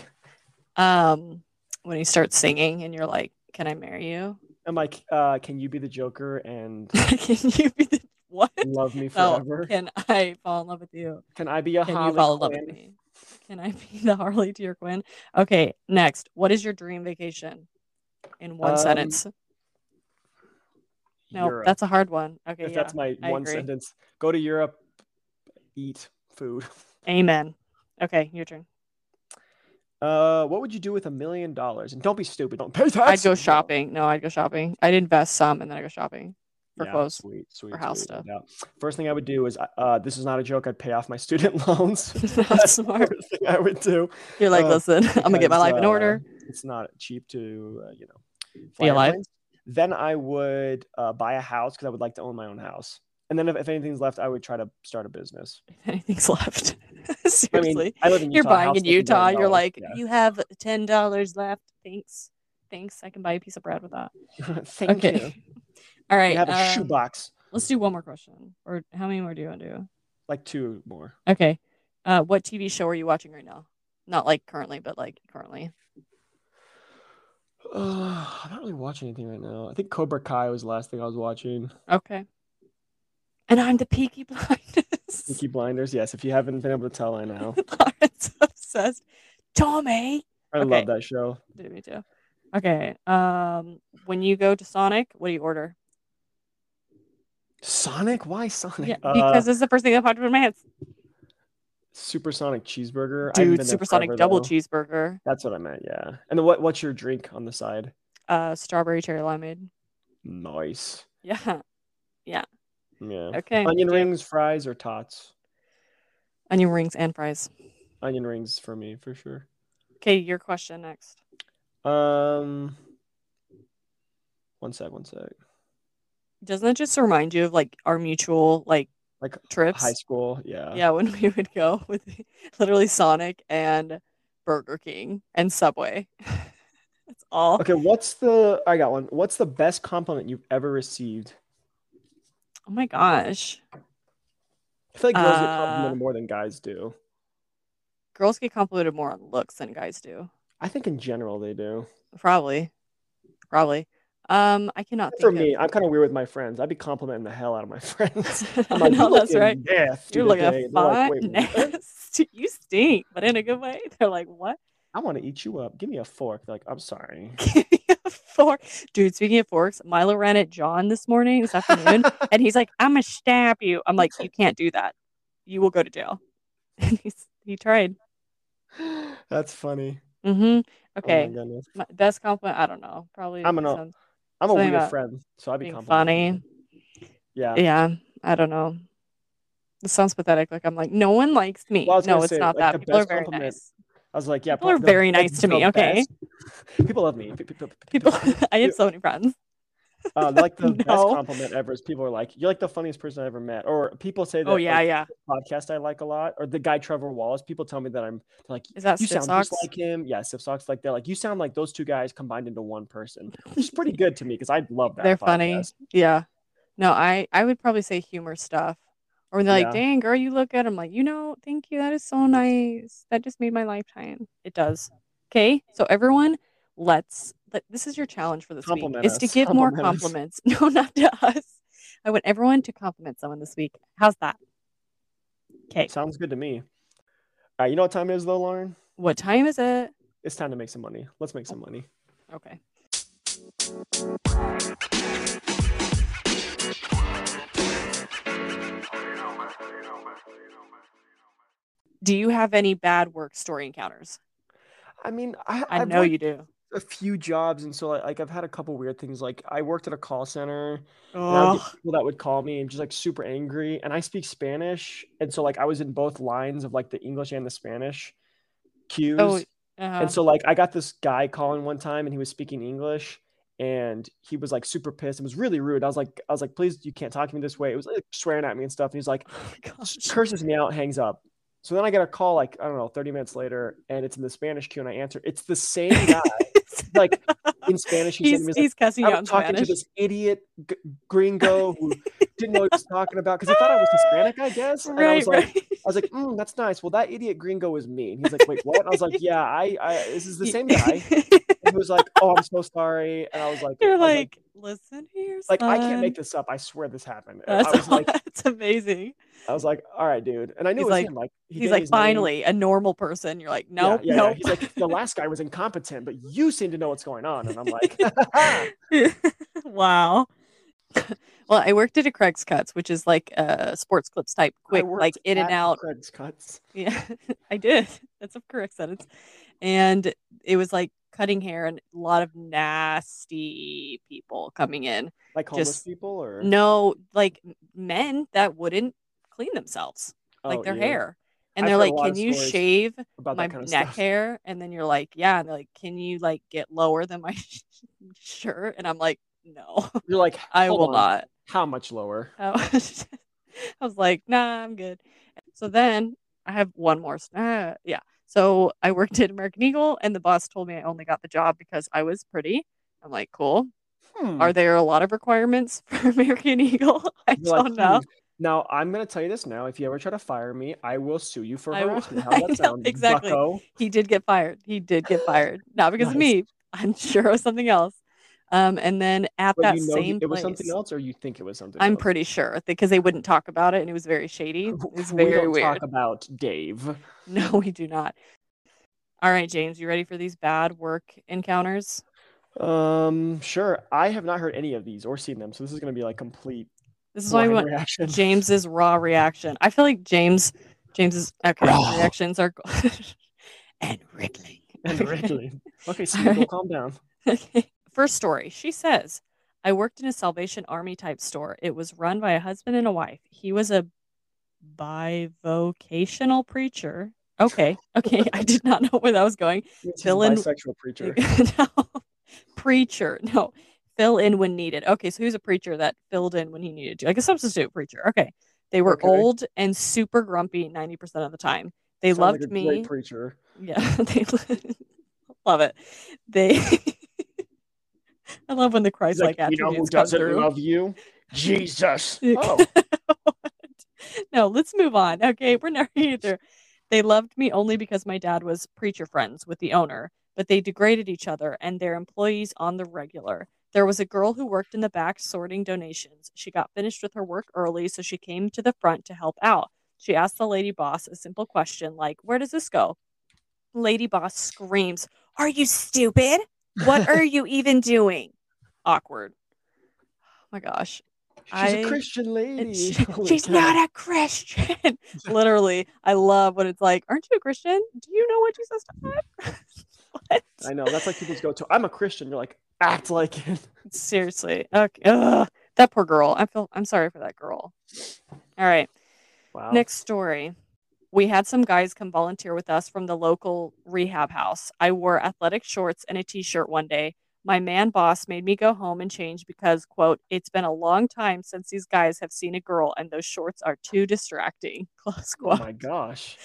Speaker 1: Um, when he starts singing and you're like, "Can I marry you?
Speaker 2: I'm like, uh, can you be the Joker and
Speaker 1: can you be the what?
Speaker 2: love me
Speaker 1: Oh,
Speaker 2: forever?
Speaker 1: can I fall in love with you?
Speaker 2: Can I be a
Speaker 1: Can
Speaker 2: Harley
Speaker 1: you fall in love with
Speaker 2: Quinn?
Speaker 1: me? Can I be the Harley to your Quinn? Okay, next. What is your dream vacation? In one
Speaker 2: Um,
Speaker 1: sentence. No,
Speaker 2: Europe.
Speaker 1: that's a hard one. Okay,
Speaker 2: if
Speaker 1: yeah.
Speaker 2: that's my
Speaker 1: I
Speaker 2: one
Speaker 1: agree.
Speaker 2: sentence. Go to Europe, eat food.
Speaker 1: Amen. Okay, your turn.
Speaker 2: Uh, what would you do with a million dollars? And don't be stupid. Don't pay
Speaker 1: I'd
Speaker 2: taxes.
Speaker 1: go
Speaker 2: No.
Speaker 1: shopping. No, I'd go shopping. I'd invest some and then I go shopping for
Speaker 2: Yeah,
Speaker 1: clothes.
Speaker 2: Sweet, sweet.
Speaker 1: house
Speaker 2: sweet,
Speaker 1: stuff.
Speaker 2: Yeah. First thing I would do is, uh, this is not a joke. I'd pay off my student loans.
Speaker 1: That's smart.
Speaker 2: First thing I would do.
Speaker 1: You're like,
Speaker 2: Uh,
Speaker 1: listen, I'm gonna get my
Speaker 2: because,
Speaker 1: life in
Speaker 2: uh,
Speaker 1: order.
Speaker 2: It's not cheap to, uh, you know, fly
Speaker 1: alive.
Speaker 2: airplanes. Then I would uh, buy a house because I would like to own my own house. And then if, if anything's left, I would try to start a business.
Speaker 1: If anything's left.
Speaker 2: uh, I
Speaker 1: Seriously.
Speaker 2: mean, I live in Utah.
Speaker 1: you're buying
Speaker 2: house
Speaker 1: in
Speaker 2: doesn't go
Speaker 1: Utah. You're
Speaker 2: well.
Speaker 1: like,
Speaker 2: Yeah.
Speaker 1: you have ten dollars left. Thanks. Thanks. I can buy a piece of bread with that.
Speaker 2: thank you.
Speaker 1: okay. All right.
Speaker 2: You have a
Speaker 1: um,
Speaker 2: shoebox,
Speaker 1: let's do one more question. Or how many more do you want to do?
Speaker 2: like two more.
Speaker 1: Okay. Uh, what TV show are you watching right now? Not like currently, but like currently.
Speaker 2: Uh, I'm not really watching anything right now. I think Cobra Kai was the last thing I was watching.
Speaker 1: Okay. And I'm the Peaky Blinders.
Speaker 2: Peaky Blinders. Yes, if you haven't been able to tell, I know.
Speaker 1: Lauren's obsessed. Tommy.
Speaker 2: I
Speaker 1: Okay.
Speaker 2: love that show.
Speaker 1: Dude, me too. Okay. Um, when you go to Sonic, what do you order?
Speaker 2: Sonic? Why Sonic?
Speaker 1: Yeah,
Speaker 2: Uh,
Speaker 1: because it's the first thing that popped into my head.
Speaker 2: supersonic cheeseburger. I haven't been
Speaker 1: Dude,
Speaker 2: there
Speaker 1: supersonic
Speaker 2: forever,
Speaker 1: double
Speaker 2: though.
Speaker 1: cheeseburger,
Speaker 2: That's what I meant. Yeah. And then what? What's your drink on the side?
Speaker 1: uh, strawberry cherry limeade.
Speaker 2: Nice.
Speaker 1: Yeah.
Speaker 2: Yeah.
Speaker 1: Okay.
Speaker 2: Onion
Speaker 1: Jam-
Speaker 2: rings, fries, or tots.
Speaker 1: Onion rings and fries.
Speaker 2: Onion rings for me for sure.
Speaker 1: Okay, your question next.
Speaker 2: Um. One sec. One sec.
Speaker 1: Doesn't that just remind you of like our mutual like
Speaker 2: Like
Speaker 1: trips?
Speaker 2: high school. Yeah.
Speaker 1: Yeah, when we would go with literally Sonic and Burger King and Subway. That's all.
Speaker 2: Okay. What's the? I got one. What's the best compliment you've ever received?
Speaker 1: Oh my gosh.
Speaker 2: I feel like girls get
Speaker 1: Uh,
Speaker 2: complimented more than guys do.
Speaker 1: Girls get complimented more on looks than guys do.
Speaker 2: I think in general they do.
Speaker 1: Probably. Probably. Um, I cannot
Speaker 2: For
Speaker 1: think
Speaker 2: me,
Speaker 1: of.
Speaker 2: I'm kind of weird with my friends. I'd be complimenting the hell out of my friends. I'm
Speaker 1: I
Speaker 2: like,
Speaker 1: know
Speaker 2: "You
Speaker 1: that's
Speaker 2: look
Speaker 1: right.
Speaker 2: Death
Speaker 1: You're like
Speaker 2: today.
Speaker 1: a
Speaker 2: And they're
Speaker 1: fat
Speaker 2: like, "Wait, what?"
Speaker 1: nest. You stink, but in a good way. They're like, what?
Speaker 2: I want to eat you up. Give me a fork. They're like, I'm sorry.
Speaker 1: Give me a fork, dude. Speaking of forks, Milo ran at John this morning, this afternoon, and he's like, "I'm gonna stab you." I'm like, "You can't do that. You will go to jail." And he's he tried.
Speaker 2: That's funny.
Speaker 1: Mm-hmm.
Speaker 2: Oh
Speaker 1: Okay,
Speaker 2: my goodness.
Speaker 1: my best compliment. I don't know. Probably.
Speaker 2: I'm gonna-
Speaker 1: sounds-
Speaker 2: I'm a
Speaker 1: Something
Speaker 2: weird
Speaker 1: about
Speaker 2: friend, so I'd be
Speaker 1: being
Speaker 2: complimenting them. Yeah.
Speaker 1: yeah, I don't know. This sounds pathetic. Like I'm like, no one likes me.
Speaker 2: Well, I was
Speaker 1: no,
Speaker 2: gonna
Speaker 1: it's
Speaker 2: say,
Speaker 1: not
Speaker 2: like,
Speaker 1: that.
Speaker 2: the
Speaker 1: People are
Speaker 2: best
Speaker 1: very
Speaker 2: compliment-
Speaker 1: nice.
Speaker 2: I was like, yeah.
Speaker 1: People are
Speaker 2: the-
Speaker 1: very
Speaker 2: the-
Speaker 1: nice to
Speaker 2: the
Speaker 1: me, okay?
Speaker 2: best- People love me. P- p- p- p-
Speaker 1: People, I have so many friends.
Speaker 2: uh, like the best
Speaker 1: No.
Speaker 2: compliment ever is people are like, you're like the funniest person I ever met. Or people say that
Speaker 1: Oh yeah,
Speaker 2: like,
Speaker 1: yeah.
Speaker 2: podcast I like a lot, or the guy Trevor Wallace. People tell me that I'm they're like
Speaker 1: Is that
Speaker 2: you
Speaker 1: stiff
Speaker 2: sound
Speaker 1: socks?
Speaker 2: just like him. Yeah, Sip Socks like they're like you sound like those two guys combined into one person, which is pretty good to me because I love that.
Speaker 1: They're funny.
Speaker 2: podcast.
Speaker 1: Yeah. No, I I would probably say humor stuff. Or when they're like,
Speaker 2: Yeah.
Speaker 1: "Dang, girl, you look good." I'm like, "You know, thank you. That is so nice. That just made my lifetime." It does. Okay, so everyone, let's. Let, this is your challenge for this
Speaker 2: Compliment
Speaker 1: week: is to
Speaker 2: us.
Speaker 1: give more
Speaker 2: Compliment us.
Speaker 1: compliments. No, not to us. I want everyone to compliment someone this week. How's that? Okay,
Speaker 2: Sounds good to me. All right, you know what time it is though, Lauren?
Speaker 1: what time is it?
Speaker 2: It's time to make some money. Let's make some money.
Speaker 1: Okay. Do you have any bad work story encounters?
Speaker 2: I mean, I,
Speaker 1: I
Speaker 2: I've
Speaker 1: know
Speaker 2: worked
Speaker 1: you do.
Speaker 2: a few jobs, and so like I've had a couple weird things. Like I worked at a call center. Oh, And I would get people that would call me and just like super angry. And I speak Spanish. And so like I was in both lines of like the English and the Spanish cues.
Speaker 1: Oh, uh-huh.
Speaker 2: And so like I got this guy calling one time and he was speaking English and he was like super pissed. It was really rude. I was like, I was like, please, you can't talk to me this way. It was like swearing at me and stuff. And he's like,
Speaker 1: Oh my gosh.
Speaker 2: curses me out, hangs up. So then I get a call like, I don't know, 30 minutes later, and it's in the Spanish queue, and I answer. It's the same guy. like in Spanish, he said to
Speaker 1: he's,
Speaker 2: me, he's like,
Speaker 1: he's cussing you
Speaker 2: I
Speaker 1: out in
Speaker 2: was talking
Speaker 1: Spanish.
Speaker 2: to this idiot g- gringo who didn't know what he was talking about because he thought I was Hispanic, I guess. And I
Speaker 1: right,
Speaker 2: was like,
Speaker 1: right.
Speaker 2: I was like, mm, that's nice. Well, that idiot gringo is me. And he's like, wait, what? And I was like, yeah, I, I this is the
Speaker 1: You-
Speaker 2: same guy. And he was like, oh, I'm so sorry. And I was like, I
Speaker 1: You're
Speaker 2: was like,
Speaker 1: like, listen here,
Speaker 2: like, I can't
Speaker 1: son."
Speaker 2: make this up. I swear this happened. And
Speaker 1: That's,
Speaker 2: I was like,
Speaker 1: that's amazing.
Speaker 2: I was like, all right, dude. And I knew
Speaker 1: He's
Speaker 2: it was
Speaker 1: like-
Speaker 2: him. Like he
Speaker 1: he's
Speaker 2: gave
Speaker 1: like,
Speaker 2: his name.
Speaker 1: finally, a normal person. You're like,
Speaker 2: Yeah,
Speaker 1: nope,
Speaker 2: yeah, yeah.
Speaker 1: nope.
Speaker 2: He's like, the last guy was incompetent, but you seem to know what's going on. And I'm like,
Speaker 1: wow. well, I worked at a Craig's Cuts, which is like a sports clips type quick,
Speaker 2: I
Speaker 1: like
Speaker 2: worked
Speaker 1: in and
Speaker 2: at
Speaker 1: out.
Speaker 2: Craig's cuts.
Speaker 1: Yeah, I did. That's a correct sentence. And it was like cutting hair and a lot of nasty people coming in.
Speaker 2: Like homeless
Speaker 1: Just-
Speaker 2: people or
Speaker 1: No, like m- men that wouldn't clean themselves, like
Speaker 2: Oh,
Speaker 1: their
Speaker 2: ew.
Speaker 1: hair. And
Speaker 2: I've
Speaker 1: they're
Speaker 2: heard a
Speaker 1: like,
Speaker 2: lot
Speaker 1: can
Speaker 2: of
Speaker 1: you
Speaker 2: stories
Speaker 1: shave
Speaker 2: about
Speaker 1: my
Speaker 2: that kind of
Speaker 1: neck
Speaker 2: stuff.
Speaker 1: hair and then you're like yeah and they're like can you like get lower than my shirt and i'm like no
Speaker 2: You're like,
Speaker 1: i
Speaker 2: "Hold
Speaker 1: will
Speaker 2: on,
Speaker 1: not
Speaker 2: How much lower?
Speaker 1: i was I was like nah i'm good so then i have one more s- ah, yeah so i worked at american eagle and the boss told me i only got the job because i was pretty i'm like cool
Speaker 2: Hmm.
Speaker 1: are there a lot of requirements for american eagle i
Speaker 2: You're like,
Speaker 1: don't know
Speaker 2: "Hmm, Now I'm gonna tell you this. Now, if you ever try to fire me, I will sue you for
Speaker 1: I will-
Speaker 2: harassment.
Speaker 1: I
Speaker 2: How
Speaker 1: know,
Speaker 2: that sound?
Speaker 1: exactly.
Speaker 2: bucko?
Speaker 1: he did get fired. He did get fired. Not because of me.
Speaker 2: Nice.
Speaker 1: I'm sure it was something else. Um, and then at
Speaker 2: But
Speaker 1: that
Speaker 2: you know he-
Speaker 1: same
Speaker 2: it
Speaker 1: place,
Speaker 2: was something else, or you think it was something.
Speaker 1: I'm
Speaker 2: else?
Speaker 1: pretty sure because they wouldn't talk about it, and it was very shady. It
Speaker 2: W-
Speaker 1: was
Speaker 2: We
Speaker 1: very
Speaker 2: don't
Speaker 1: weird.
Speaker 2: talk about Dave.
Speaker 1: No, we do not. All right, James, you ready for these bad work encounters?
Speaker 2: Um, sure. I have not heard any of these or seen them, so this is gonna be like complete
Speaker 1: This is why we
Speaker 2: blind
Speaker 1: want
Speaker 2: reaction.
Speaker 1: James's raw reaction. I feel like James, James's okay,
Speaker 2: Raw.
Speaker 1: reactions are and rippling.
Speaker 2: and Ridley. Okay,
Speaker 1: All
Speaker 2: Smeagol,
Speaker 1: right.
Speaker 2: calm down.
Speaker 1: Okay. First story. She says, I worked in a Salvation Army type store. It was run by a husband and a wife. He was a bivocational preacher. Okay. Okay. I did not know where that was going.
Speaker 2: It's his
Speaker 1: Dylan-
Speaker 2: bisexual preacher.
Speaker 1: no. Preacher. No. Fill in when needed. Okay. So he was a preacher that filled in when he needed to, like a substitute preacher. Okay. They were
Speaker 2: Okay.
Speaker 1: old and super grumpy 90% of the time. They
Speaker 2: Sounds like
Speaker 1: loved
Speaker 2: a
Speaker 1: me.
Speaker 2: Great preacher.
Speaker 1: Yeah, they li- love it. They I love when the
Speaker 2: He's
Speaker 1: Christ-like
Speaker 2: like, you know who
Speaker 1: attributes come
Speaker 2: doesn't
Speaker 1: through.
Speaker 2: love you? Jesus.
Speaker 1: Yeah.
Speaker 2: Oh.
Speaker 1: no, let's move on. Okay, we're not either. They loved me only because my dad was preacher friends with the owner, but they degraded each other and their employees on the regular. There was a girl who worked in the back sorting donations. She got finished with her work early, so she came to the front to help out. She asked the lady boss a simple question like, Where does this go? Lady boss screams, Are you stupid? What are you even doing? Awkward. Oh my gosh.
Speaker 2: She's
Speaker 1: I-
Speaker 2: a Christian lady.
Speaker 1: And she-
Speaker 2: Holy
Speaker 1: she's
Speaker 2: cow.
Speaker 1: not a Christian. Literally, I love when it's like, aren't you a Christian? Do you know what Jesus taught? what?
Speaker 2: I know. That's like people's go-to. I'm a Christian. You're like, act like it.
Speaker 1: Seriously, okay. Ugh. that poor girl. I feel I'm sorry for that girl. All right,
Speaker 2: Wow.
Speaker 1: next story. We had some guys come volunteer with us from the local rehab house. I wore athletic shorts and a t-shirt one day. My man boss made me go home and change because, quote, it's been a long time since these guys have seen a girl and those shorts are too distracting. Close
Speaker 2: Oh
Speaker 1: quote.
Speaker 2: my gosh.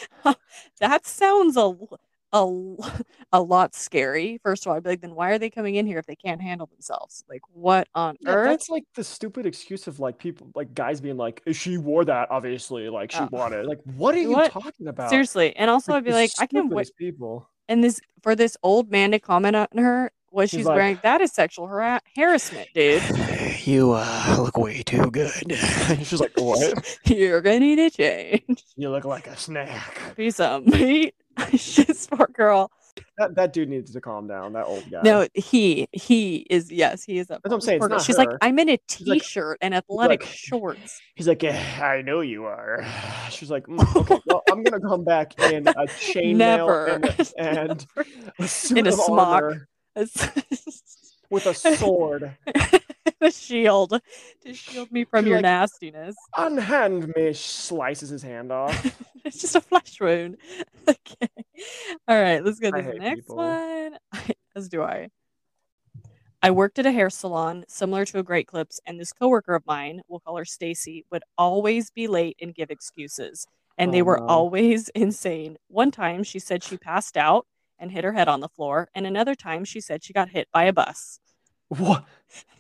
Speaker 1: that sounds a l- a l- a lot scary. First of all, I'd be like, then why are they coming in here if they can't handle themselves? Like, what on
Speaker 2: Yeah,
Speaker 1: earth?
Speaker 2: that's like the stupid excuse of like people, like guys being like, she wore that, obviously. Like she
Speaker 1: Uh,
Speaker 2: bought it. Like, what are you
Speaker 1: what?
Speaker 2: talking about?
Speaker 1: Seriously. And also, I'd be
Speaker 2: the
Speaker 1: like, I can wait.
Speaker 2: stupidest people.
Speaker 1: And this for this old man to comment on her what
Speaker 2: He's
Speaker 1: she's
Speaker 2: like-
Speaker 1: wearing. That is sexual hara- harassment, dude.
Speaker 2: You uh, look way too good. And she's like, what?
Speaker 1: You're gonna need a change.
Speaker 2: you look like a snack.
Speaker 1: Be some meat. She's poor girl.
Speaker 2: That, that dude needs to calm down. That old guy.
Speaker 1: No, he he is yes, he is a
Speaker 2: what I'm saying,
Speaker 1: poor
Speaker 2: it's
Speaker 1: girl.
Speaker 2: not
Speaker 1: She's like,
Speaker 2: her.
Speaker 1: I'm in a
Speaker 2: like-
Speaker 1: t-shirt and athletic
Speaker 2: like-
Speaker 1: shorts.
Speaker 2: He's like, "Eh, I know you are. She's like, "Mm, okay, well, I'm gonna come back in a
Speaker 1: Never.
Speaker 2: chainmail and, and a suit
Speaker 1: In a
Speaker 2: of
Speaker 1: smock.
Speaker 2: armor
Speaker 1: It's-
Speaker 2: with a sword.
Speaker 1: a shield to shield me from
Speaker 2: You're
Speaker 1: your
Speaker 2: like-
Speaker 1: nastiness.
Speaker 2: Unhand me. She slices his hand off.
Speaker 1: it's just a flesh wound. okay. All right, let's go
Speaker 2: I
Speaker 1: to the
Speaker 2: hate
Speaker 1: next
Speaker 2: people.
Speaker 1: one. As do I. I worked at a hair salon similar to a Great Clips, and this coworker of mine, we'll call her Stacy, would always be late and give excuses. And they
Speaker 2: Oh,
Speaker 1: were
Speaker 2: no.
Speaker 1: always insane. One time she said she passed out and hit her head on the floor, and another time she said she got hit by a bus.
Speaker 2: What?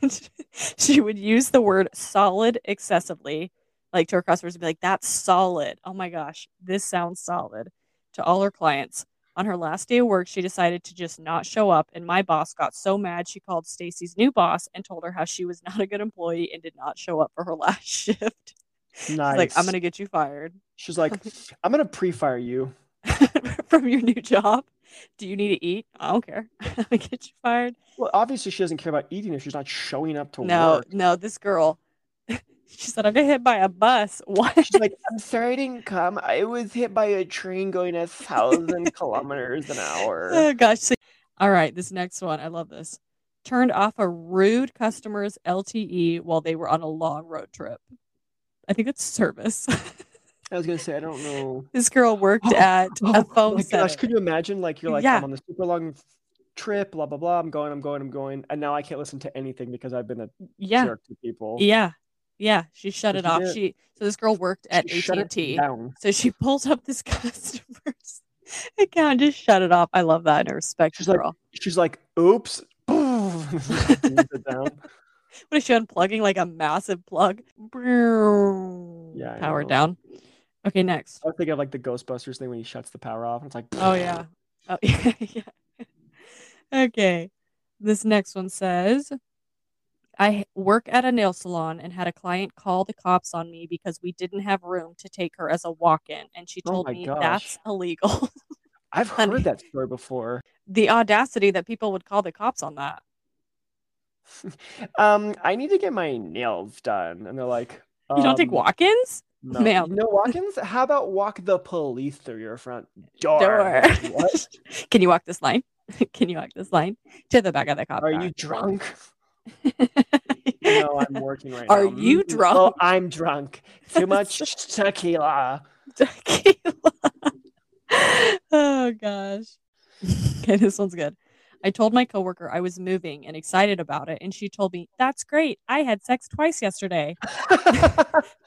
Speaker 1: she would use the word solid excessively, like to her customers and be like, that's solid. Oh my gosh, this sounds solid to all her clients. On her last day of work, she decided to just not show up, and my boss got so mad she called Stacy's new boss and told her how she was not a good employee and did not show up for her last shift.
Speaker 2: Nice.
Speaker 1: She's like, I'm gonna get you fired
Speaker 2: She's like, I'm gonna pre-fire you.
Speaker 1: from your new job. Do you need to eat? I don't care. I'm gonna get you fired.
Speaker 2: Well, obviously she doesn't care about eating if she's not showing up to
Speaker 1: No,
Speaker 2: work.
Speaker 1: no, this girl. she said, I'm gonna hit by a bus. What?
Speaker 2: She's like, I'm sorry I didn't come. I was hit by a train going a thousand kilometers an hour.
Speaker 1: Oh gosh. So- all right, this next one. I love this. Turned off a rude customer's LTE while they were on a long road trip. I think it's service.
Speaker 2: I was gonna say, I don't know.
Speaker 1: this girl worked at a phone
Speaker 2: Oh, my
Speaker 1: center.
Speaker 2: gosh, could you imagine? Like you're like,
Speaker 1: Yeah.
Speaker 2: I'm on this super long trip, blah blah blah. I'm going, I'm going, I'm going, and now I can't listen to anything because I've been a
Speaker 1: yeah,
Speaker 2: jerk to people.
Speaker 1: yeah, yeah. She shut
Speaker 2: So
Speaker 1: it
Speaker 2: she
Speaker 1: off.
Speaker 2: did-
Speaker 1: She so this girl worked at
Speaker 2: She shut
Speaker 1: AT
Speaker 2: it
Speaker 1: and T.
Speaker 2: down.
Speaker 1: So she pulls up this customer's account, just shut it off. I love that. and I respect
Speaker 2: She's
Speaker 1: the
Speaker 2: like,
Speaker 1: girl.
Speaker 2: She's like, oops. Zooms it down.
Speaker 1: What is she unplugging? Like a massive plug.
Speaker 2: Yeah, I
Speaker 1: Power
Speaker 2: know.
Speaker 1: down. Okay, next.
Speaker 2: I was thinking of like the Ghostbusters thing when he shuts the power off and it's like
Speaker 1: Oh yeah. Oh yeah. yeah. okay. This next one says I h- work at a nail salon and had a client call the cops on me because we didn't have room to take her as a walk-in and she
Speaker 2: Oh
Speaker 1: told
Speaker 2: my
Speaker 1: me
Speaker 2: gosh.
Speaker 1: that's illegal.
Speaker 2: I've
Speaker 1: honey.
Speaker 2: heard that story before.
Speaker 1: the audacity that people would call the cops on that.
Speaker 2: Um, I need to get my nails done. And they're like,
Speaker 1: You don't take
Speaker 2: um,
Speaker 1: walk-ins?
Speaker 2: No,
Speaker 1: ma'am.
Speaker 2: no walk-ins? How about walk the police through your front door?
Speaker 1: Door.
Speaker 2: What?
Speaker 1: Can you walk this line? Can you walk this line to the back of the cop
Speaker 2: Are
Speaker 1: car?
Speaker 2: you drunk?
Speaker 1: You...
Speaker 2: No, I'm working right
Speaker 1: Are
Speaker 2: now.
Speaker 1: you
Speaker 2: Mm, Oh,
Speaker 1: drunk?
Speaker 2: I'm drunk. Too much tequila.
Speaker 1: tequila. oh gosh. Okay, this one's good. I told my coworker I was moving and excited about it, and she told me, That's great. I had sex twice yesterday.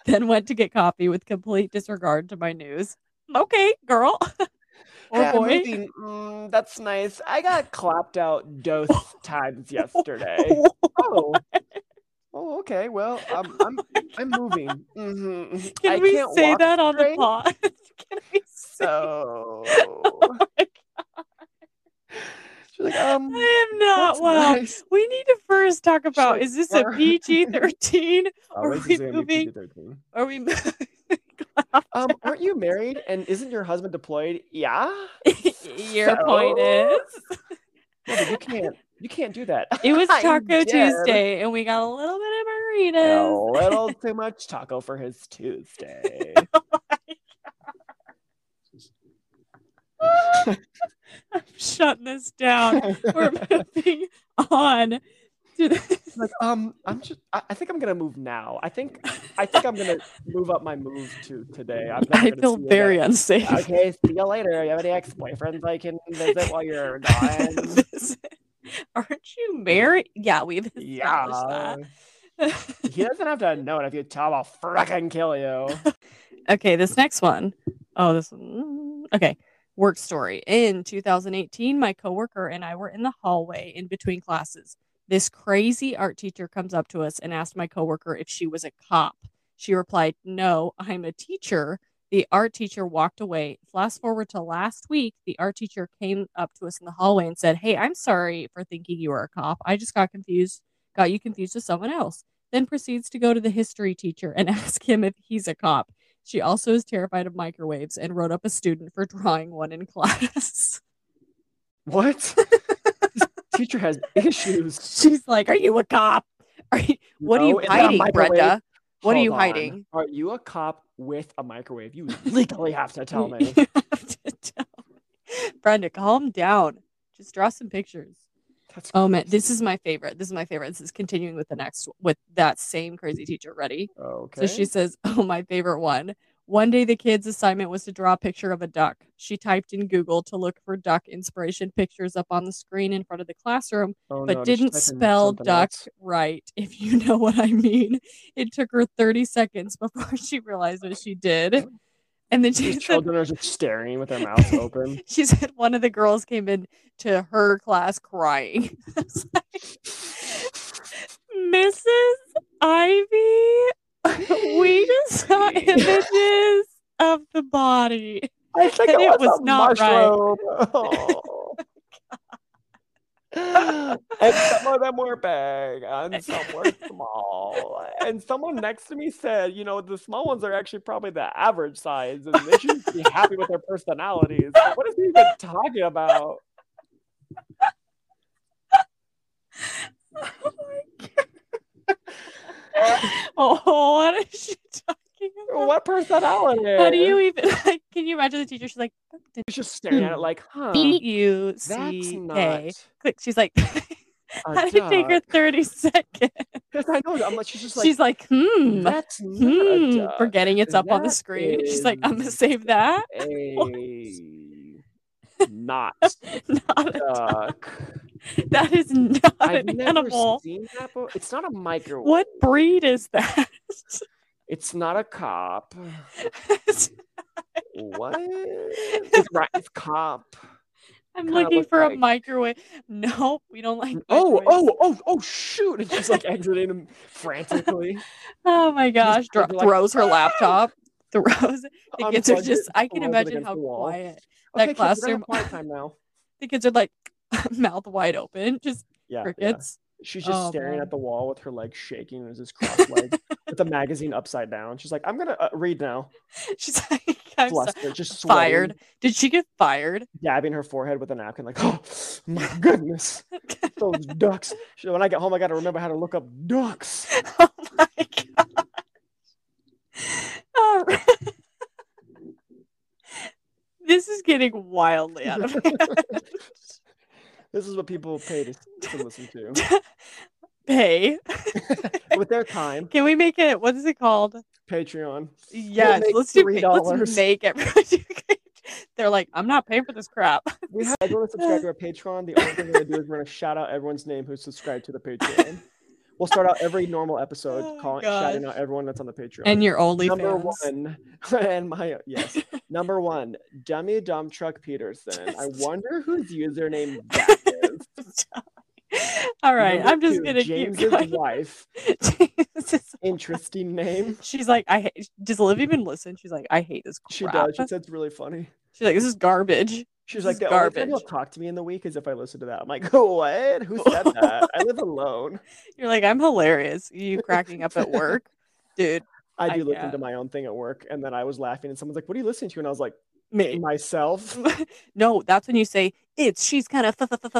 Speaker 1: Then went to get coffee with complete disregard to my news. Okay, girl. or
Speaker 2: Yeah, I'm
Speaker 1: Oh, boy.
Speaker 2: moving. Mm, that's nice. I got clapped out dose times yesterday. Oh. Oh, okay. Well, I'm I'm, I'm moving. hmm
Speaker 1: Can
Speaker 2: I
Speaker 1: we
Speaker 2: can't
Speaker 1: say
Speaker 2: walk
Speaker 1: that on the
Speaker 2: straight,
Speaker 1: pod? Can we say
Speaker 2: So
Speaker 1: Oh my
Speaker 2: she's like, um,
Speaker 1: I am not
Speaker 2: that's
Speaker 1: well?
Speaker 2: nice.
Speaker 1: We need to first talk about
Speaker 2: Sure.
Speaker 1: is this a PG 13?
Speaker 2: Always
Speaker 1: we
Speaker 2: examine your
Speaker 1: moving-
Speaker 2: PG-13.
Speaker 1: Are we.
Speaker 2: Um, aren't you married? And isn't your husband deployed? Yeah.
Speaker 1: Your point
Speaker 2: So?
Speaker 1: is.
Speaker 2: No, but you can't. You can't do that.
Speaker 1: It was
Speaker 2: I
Speaker 1: Taco
Speaker 2: did.
Speaker 1: Tuesday, and we got a little bit of
Speaker 2: A
Speaker 1: margaritas.
Speaker 2: little too much taco for his Tuesday.
Speaker 1: I'm shutting this down. We're moving on to the
Speaker 2: like, um, I'm just. I, I think I'm gonna move now. I think. I think I'm gonna move up my move to today. I'm not
Speaker 1: I
Speaker 2: gonna
Speaker 1: feel
Speaker 2: see you
Speaker 1: very
Speaker 2: again.
Speaker 1: unsafe.
Speaker 2: Okay, see you later. You have any ex-boyfriends I can visit while you're gone?
Speaker 1: This- Aren't you married? Yeah, we've
Speaker 2: yeah.
Speaker 1: established that.
Speaker 2: He doesn't have to know it. If you tell him, I'll frickin' kill you.
Speaker 1: okay, this next one. Oh, this one. mm, Okay. Work story. In 2018, my coworker and I were in the hallway in between classes. This crazy art teacher comes up to us and asked my coworker if she was a cop. She replied, "No, I'm a teacher." The art teacher walked away. Flash forward to last week, the art teacher came up to us in the hallway and said, "Hey, I'm sorry for thinking you were a cop. I just got confused. Got you confused with someone else." Then proceeds to go to the history teacher and ask him if he's a cop. She also is terrified of microwaves and wrote up a student for drawing one in class.
Speaker 2: What? this teacher has issues.
Speaker 1: She's like, "Are you a cop? Are you, what are
Speaker 2: No,
Speaker 1: you
Speaker 2: it's not a
Speaker 1: hiding,
Speaker 2: microwave.
Speaker 1: Brenda? What are
Speaker 2: Hold
Speaker 1: you
Speaker 2: on.
Speaker 1: hiding?"
Speaker 2: Are you a cop with a microwave? You legally have to tell me.
Speaker 1: You have to tell me. Brenda, calm down. Just draw some pictures.
Speaker 2: That's
Speaker 1: Oh man,
Speaker 2: crazy.
Speaker 1: this is my favorite. This is my favorite. This is continuing with the next with that same crazy teacher. Ready?
Speaker 2: Okay.
Speaker 1: So she says, Oh, my favorite one. One day the kid's assignment was to draw a picture of a duck. She typed in Google to look for duck inspiration pictures up on the screen in front of the classroom
Speaker 2: Oh,
Speaker 1: but
Speaker 2: no, did she
Speaker 1: didn't
Speaker 2: type in
Speaker 1: spell
Speaker 2: something
Speaker 1: duck
Speaker 2: else?
Speaker 1: right, if you know what I mean. It took her 30 seconds before she realized what she did. And then she
Speaker 2: These
Speaker 1: said,
Speaker 2: children are just staring with their mouths open.
Speaker 1: she said one of the girls came in to her class crying. I was like, Mrs. Ivy, we just saw images of the body.
Speaker 2: I think
Speaker 1: And
Speaker 2: it was a
Speaker 1: not right.
Speaker 2: mushroom. Oh. and some of them were big and some were small. And someone next to me said, you know, the small ones are actually probably the average size and they should be happy with their personalities. What is he even talking about?
Speaker 1: Oh, what is she talking about?
Speaker 2: What personality?
Speaker 1: How do you even like? Can you imagine the teacher? She's like,
Speaker 2: He's just staring at it like, huh?
Speaker 1: B U
Speaker 2: That's
Speaker 1: C
Speaker 2: not.
Speaker 1: A. Click. She's like,
Speaker 2: a
Speaker 1: how did it take her
Speaker 2: duck."
Speaker 1: thirty seconds?
Speaker 2: Yes, I know. I'm like, she's just like,
Speaker 1: She's like, hmm,
Speaker 2: that's not
Speaker 1: hmm,
Speaker 2: a duck.
Speaker 1: forgetting it's up on the
Speaker 2: That
Speaker 1: screen. She's like, I'm gonna
Speaker 2: is-
Speaker 1: save that.
Speaker 2: a not
Speaker 1: Not a-
Speaker 2: duck.
Speaker 1: that is not
Speaker 2: I've
Speaker 1: an
Speaker 2: never
Speaker 1: animal.
Speaker 2: seen that. Bo- it's not a microwave.
Speaker 1: What breed is that?
Speaker 2: It's not a cop. What? It's, ri- it's cop.
Speaker 1: I'm
Speaker 2: Kinda
Speaker 1: looking
Speaker 2: look
Speaker 1: for a
Speaker 2: like-
Speaker 1: microwave. Nope, we don't like.
Speaker 2: Oh,
Speaker 1: microwaves.
Speaker 2: oh, oh, oh! Shoot! And she's like exiting him frantically.
Speaker 1: oh my gosh! Dro-
Speaker 2: people are like,
Speaker 1: throws her laptop. Throws. The kids are
Speaker 2: Unplugs it,
Speaker 1: just. I can
Speaker 2: throws it
Speaker 1: imagine
Speaker 2: against
Speaker 1: how
Speaker 2: the wall.
Speaker 1: quiet. that
Speaker 2: Okay, kids, we're gonna have
Speaker 1: classroom-
Speaker 2: quiet time now.
Speaker 1: the kids are like mouth wide open, just
Speaker 2: Yeah, yeah.
Speaker 1: crickets.
Speaker 2: She's just
Speaker 1: Oh,
Speaker 2: staring
Speaker 1: man.
Speaker 2: at the wall with her legs shaking and just crossed legged with the magazine upside down. She's like, "I'm gonna uh, read now."
Speaker 1: She's like, I'm so-
Speaker 2: Flustered, just sweating.
Speaker 1: fired. Did she get fired?
Speaker 2: dabbing her forehead with a napkin, like, oh my goodness, those ducks. She- When I get home, I got to remember how to look up ducks.
Speaker 1: oh my god. All right. this is getting wildly out of hand.
Speaker 2: This is what people pay to, to listen to
Speaker 1: Pay.
Speaker 2: with their time.
Speaker 1: Can we make it? What is it called?
Speaker 2: Patreon.
Speaker 1: Yes,
Speaker 2: make
Speaker 1: let's do.
Speaker 2: three
Speaker 1: Pay. Let's
Speaker 2: dollars.
Speaker 1: make everyone. do pay- They're like, I'm not paying for this crap.
Speaker 2: We have everyone subscribe to our Patreon. The only thing we're gonna do is we're gonna shout out everyone's name who's subscribed to the Patreon. We'll start out every normal episode
Speaker 1: Oh my
Speaker 2: calling shouting
Speaker 1: gosh.
Speaker 2: out everyone that's on the Patreon.
Speaker 1: And your only
Speaker 2: Number one, and my yes, number one, dummy dumb truck Peterson. I
Speaker 1: Just-
Speaker 2: wonder whose username that is.
Speaker 1: All right,
Speaker 2: Number
Speaker 1: I'm just
Speaker 2: two,
Speaker 1: gonna
Speaker 2: James's
Speaker 1: keep going.
Speaker 2: wife.
Speaker 1: Jesus.
Speaker 2: Interesting name.
Speaker 1: She's like, I hate. Does Liv even listen? She's like, I hate this crap.
Speaker 2: She does. She said it's really funny.
Speaker 1: She's like, this is garbage.
Speaker 2: She's
Speaker 1: This
Speaker 2: like,
Speaker 1: is
Speaker 2: the only time you'll
Speaker 1: garbage.
Speaker 2: talk to me in the week is if I listen to that. I'm like, what? Who said that? I live alone.
Speaker 1: You're like, I'm hilarious. You cracking up at work, dude?
Speaker 2: I
Speaker 1: I
Speaker 2: do listen
Speaker 1: can't.
Speaker 2: to my own thing at work. And then I was laughing and someone's like, what are you listening to? And I was like,
Speaker 1: Me?
Speaker 2: myself.
Speaker 1: no, that's when you say it's. She's kind of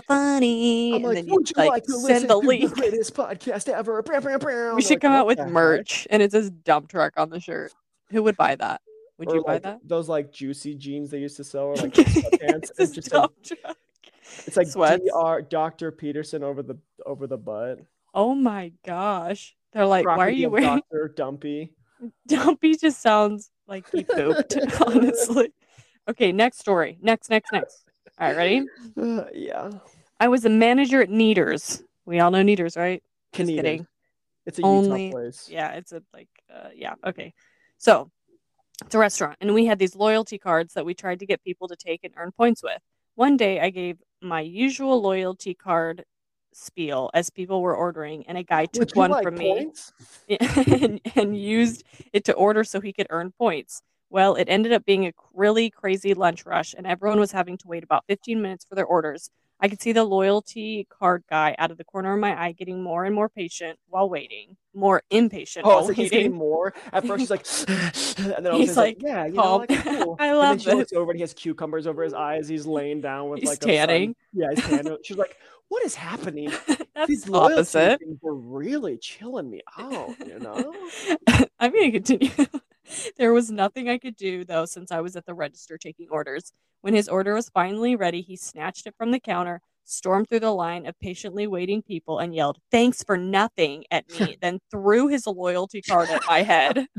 Speaker 1: funny,
Speaker 2: I'm
Speaker 1: and
Speaker 2: like,
Speaker 1: then you
Speaker 2: would you
Speaker 1: like,
Speaker 2: like to
Speaker 1: send
Speaker 2: listen
Speaker 1: the
Speaker 2: to the
Speaker 1: link.
Speaker 2: greatest podcast ever? Brow, brow, brow.
Speaker 1: We
Speaker 2: They're
Speaker 1: should
Speaker 2: like,
Speaker 1: come out with
Speaker 2: "What the heck?"
Speaker 1: merch, and it says dump truck on the shirt. Who would buy that? Would
Speaker 2: Or
Speaker 1: you buy
Speaker 2: like
Speaker 1: that?
Speaker 2: Those like juicy jeans they used to sell. Or like,
Speaker 1: it's
Speaker 2: sweatpants. It's
Speaker 1: a
Speaker 2: just like-
Speaker 1: dump truck.
Speaker 2: it's like
Speaker 1: Sweats.
Speaker 2: Dr. Dr. Peterson over the over the butt.
Speaker 1: Oh my gosh! They're like, why are
Speaker 2: Property
Speaker 1: you
Speaker 2: of
Speaker 1: wearing?
Speaker 2: Dr. Dumpy?
Speaker 1: Dumpy just sounds like he pooped, honestly. Okay, next story. Next, next, next. All right, ready?
Speaker 2: Uh, yeah.
Speaker 1: I was a manager at Neaters. We all know Neaters, right? Just
Speaker 2: Canadian.
Speaker 1: kidding.
Speaker 2: It's a
Speaker 1: Only-
Speaker 2: Utah place.
Speaker 1: Yeah, it's a like, uh, yeah, okay. So it's a restaurant, and we had these loyalty cards that we tried to get people to take and earn points with. One day, I gave my usual loyalty card spiel as people were ordering, and a guy took
Speaker 2: Would you
Speaker 1: one
Speaker 2: like
Speaker 1: from me.
Speaker 2: points?
Speaker 1: and, and used it to order so he could earn points. Well, it ended up being a really crazy lunch rush, and everyone was having to wait about 15 minutes for their orders. I could see the loyalty card guy out of the corner of my eye getting more and more patient while waiting, more impatient
Speaker 2: Oh,
Speaker 1: while
Speaker 2: so he's
Speaker 1: waiting.
Speaker 2: getting more. At first, he's like, and then all of a sudden
Speaker 1: He's
Speaker 2: he's like,
Speaker 1: like,
Speaker 2: yeah, you know,
Speaker 1: calm.
Speaker 2: like, cool.
Speaker 1: I
Speaker 2: And then
Speaker 1: love
Speaker 2: she
Speaker 1: it.
Speaker 2: looks over and he has cucumbers over his eyes. He's laying down with
Speaker 1: He's
Speaker 2: like
Speaker 1: tanning.
Speaker 2: a sun- Yeah, he's tanning. She's like, what is happening?
Speaker 1: That's
Speaker 2: These
Speaker 1: the
Speaker 2: loyalty
Speaker 1: opposite.
Speaker 2: things are really chilling me out, you know?
Speaker 1: I'm going to continue. there was nothing I could do, though, since I was at the register taking orders. When his order was finally ready, he snatched it from the counter, stormed through the line of patiently waiting people, and yelled, Thanks for nothing at me, then threw his loyalty card at my head.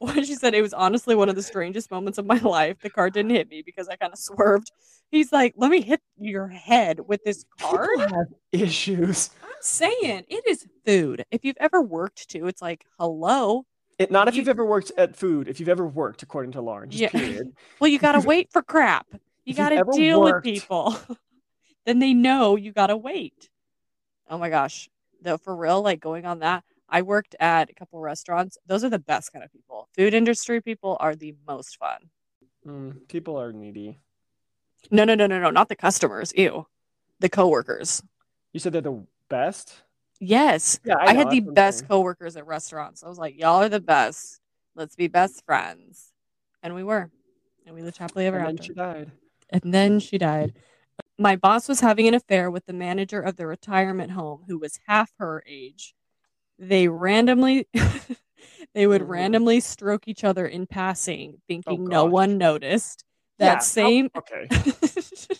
Speaker 1: Well, she said it was honestly one of the strangest moments of my life. The card didn't hit me because I kind of swerved. He's like, Let me hit your head with this card.
Speaker 2: People have issues.
Speaker 1: I'm saying it is food. If you've ever worked too, it's like, hello.
Speaker 2: It, not if
Speaker 1: You-
Speaker 2: you've ever worked at food, if you've ever worked, according to Lauren, just
Speaker 1: Yeah.
Speaker 2: period.
Speaker 1: Well, you gotta wait for crap. You
Speaker 2: you've
Speaker 1: gotta
Speaker 2: ever
Speaker 1: deal
Speaker 2: worked-
Speaker 1: with people. then they know you gotta wait. Oh my gosh. Though for real, like going on that, I worked at a couple restaurants. Those are the best kind of people. Food industry people are the most fun.
Speaker 2: Mm, people are needy.
Speaker 1: No, no, no, no, no. Not the customers. Ew. The coworkers.
Speaker 2: You said they're the best?
Speaker 1: Yes.
Speaker 2: Yeah,
Speaker 1: I, had
Speaker 2: know,
Speaker 1: the
Speaker 2: that's what I'm
Speaker 1: best
Speaker 2: saying.
Speaker 1: coworkers at restaurants. I was like, y'all are the best. Let's be best friends. And we were. And we lived happily ever
Speaker 2: And
Speaker 1: after.
Speaker 2: then she died.
Speaker 1: and then she died. My boss was having an affair with the manager of the retirement home who was half her age. They randomly they would
Speaker 2: Mhm.
Speaker 1: randomly stroke each other in passing, thinking no
Speaker 2: Oh, gosh.
Speaker 1: one noticed. That
Speaker 2: Yeah, Oh, how-
Speaker 1: same
Speaker 2: Okay.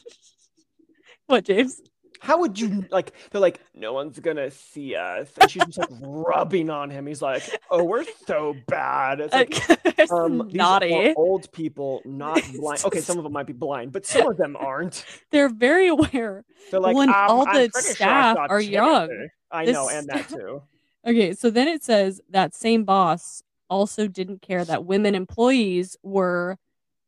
Speaker 1: What, James?
Speaker 2: How would you like? They're like, no one's gonna see us, and she's just like rubbing on him. He's like, oh, we're so bad. It's like, um, these are
Speaker 1: naughty.
Speaker 2: old people, not blind. Okay, some of them might be blind, but some of them aren't.
Speaker 1: They're very aware.
Speaker 2: They're like,
Speaker 1: Well, and
Speaker 2: um,
Speaker 1: all
Speaker 2: I'm
Speaker 1: the
Speaker 2: pretty sure I
Speaker 1: staff
Speaker 2: saw
Speaker 1: are
Speaker 2: Timothy."
Speaker 1: young.
Speaker 2: I
Speaker 1: This-
Speaker 2: know, and that too.
Speaker 1: Okay, so then it says that same boss also didn't care that women employees were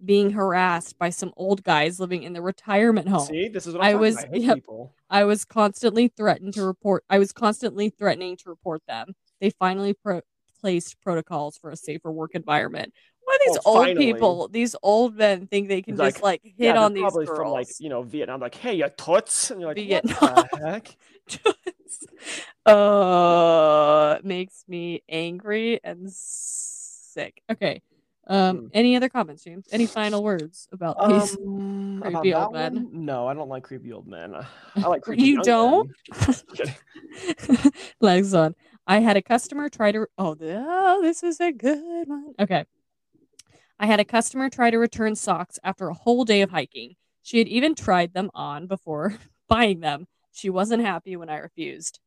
Speaker 1: being harassed by some old guys living in the retirement home.
Speaker 2: See, this is what
Speaker 1: Oh, I
Speaker 2: I'm talking
Speaker 1: was-
Speaker 2: about. I hate
Speaker 1: yep.
Speaker 2: people.
Speaker 1: I was constantly threatened to report I was constantly threatening to report them. They finally pro- placed protocols for a safer work environment. Why these
Speaker 2: Well,
Speaker 1: old
Speaker 2: finally.
Speaker 1: people, these old men think they can
Speaker 2: It's
Speaker 1: just like hit
Speaker 2: yeah, they're
Speaker 1: on these
Speaker 2: probably
Speaker 1: girls.
Speaker 2: from like you know Vietnam. Like, hey, you toots, and you're like,
Speaker 1: Vietnam.
Speaker 2: what the heck?
Speaker 1: just uh makes me angry and sick. Okay. Um
Speaker 2: Hmm.
Speaker 1: any other comments, James? Any final words about these?
Speaker 2: Um, about
Speaker 1: creepy old
Speaker 2: that
Speaker 1: men.
Speaker 2: one? No, I don't like creepy old men. I like creepy.
Speaker 1: You
Speaker 2: young
Speaker 1: don't?
Speaker 2: men. Kidding.
Speaker 1: Legs on. I had a customer try to oh, th- oh this is a good one. Okay. I had a customer try to return socks after a whole day of hiking. She had even tried them on before buying them. She wasn't happy when I refused.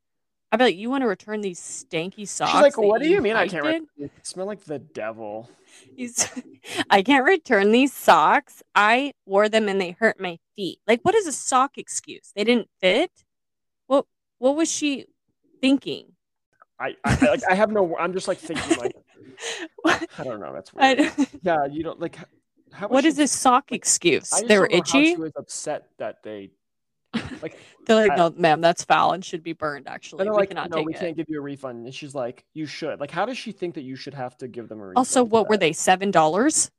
Speaker 1: I bet you want to return these stanky socks.
Speaker 2: She's like,
Speaker 1: that
Speaker 2: what do you mean I
Speaker 1: hiked in?"
Speaker 2: can't return? these? They smell like the devil.
Speaker 1: He's, I can't return these socks. I wore them and they hurt my feet. Like, what is a sock excuse? They didn't fit. What What was she thinking?
Speaker 2: I, I I, like I have no. I'm just like thinking like I don't know. That's weird.
Speaker 1: I,
Speaker 2: yeah, you don't like. h- How was
Speaker 1: what
Speaker 2: she-
Speaker 1: is a sock excuse?
Speaker 2: I just
Speaker 1: They were
Speaker 2: don't know how
Speaker 1: itchy.
Speaker 2: she was upset that they. Like
Speaker 1: They're like,
Speaker 2: I-
Speaker 1: no, ma'am, that's foul and should be burned.
Speaker 2: they're
Speaker 1: Actually, we
Speaker 2: like,
Speaker 1: cannot
Speaker 2: no,
Speaker 1: take
Speaker 2: we
Speaker 1: it.
Speaker 2: can't give you a refund. And she's like, you should. Like, how does she think that you should have to give them a refund?
Speaker 1: Also,
Speaker 2: for
Speaker 1: what were
Speaker 2: that?
Speaker 1: they? Seven dollars,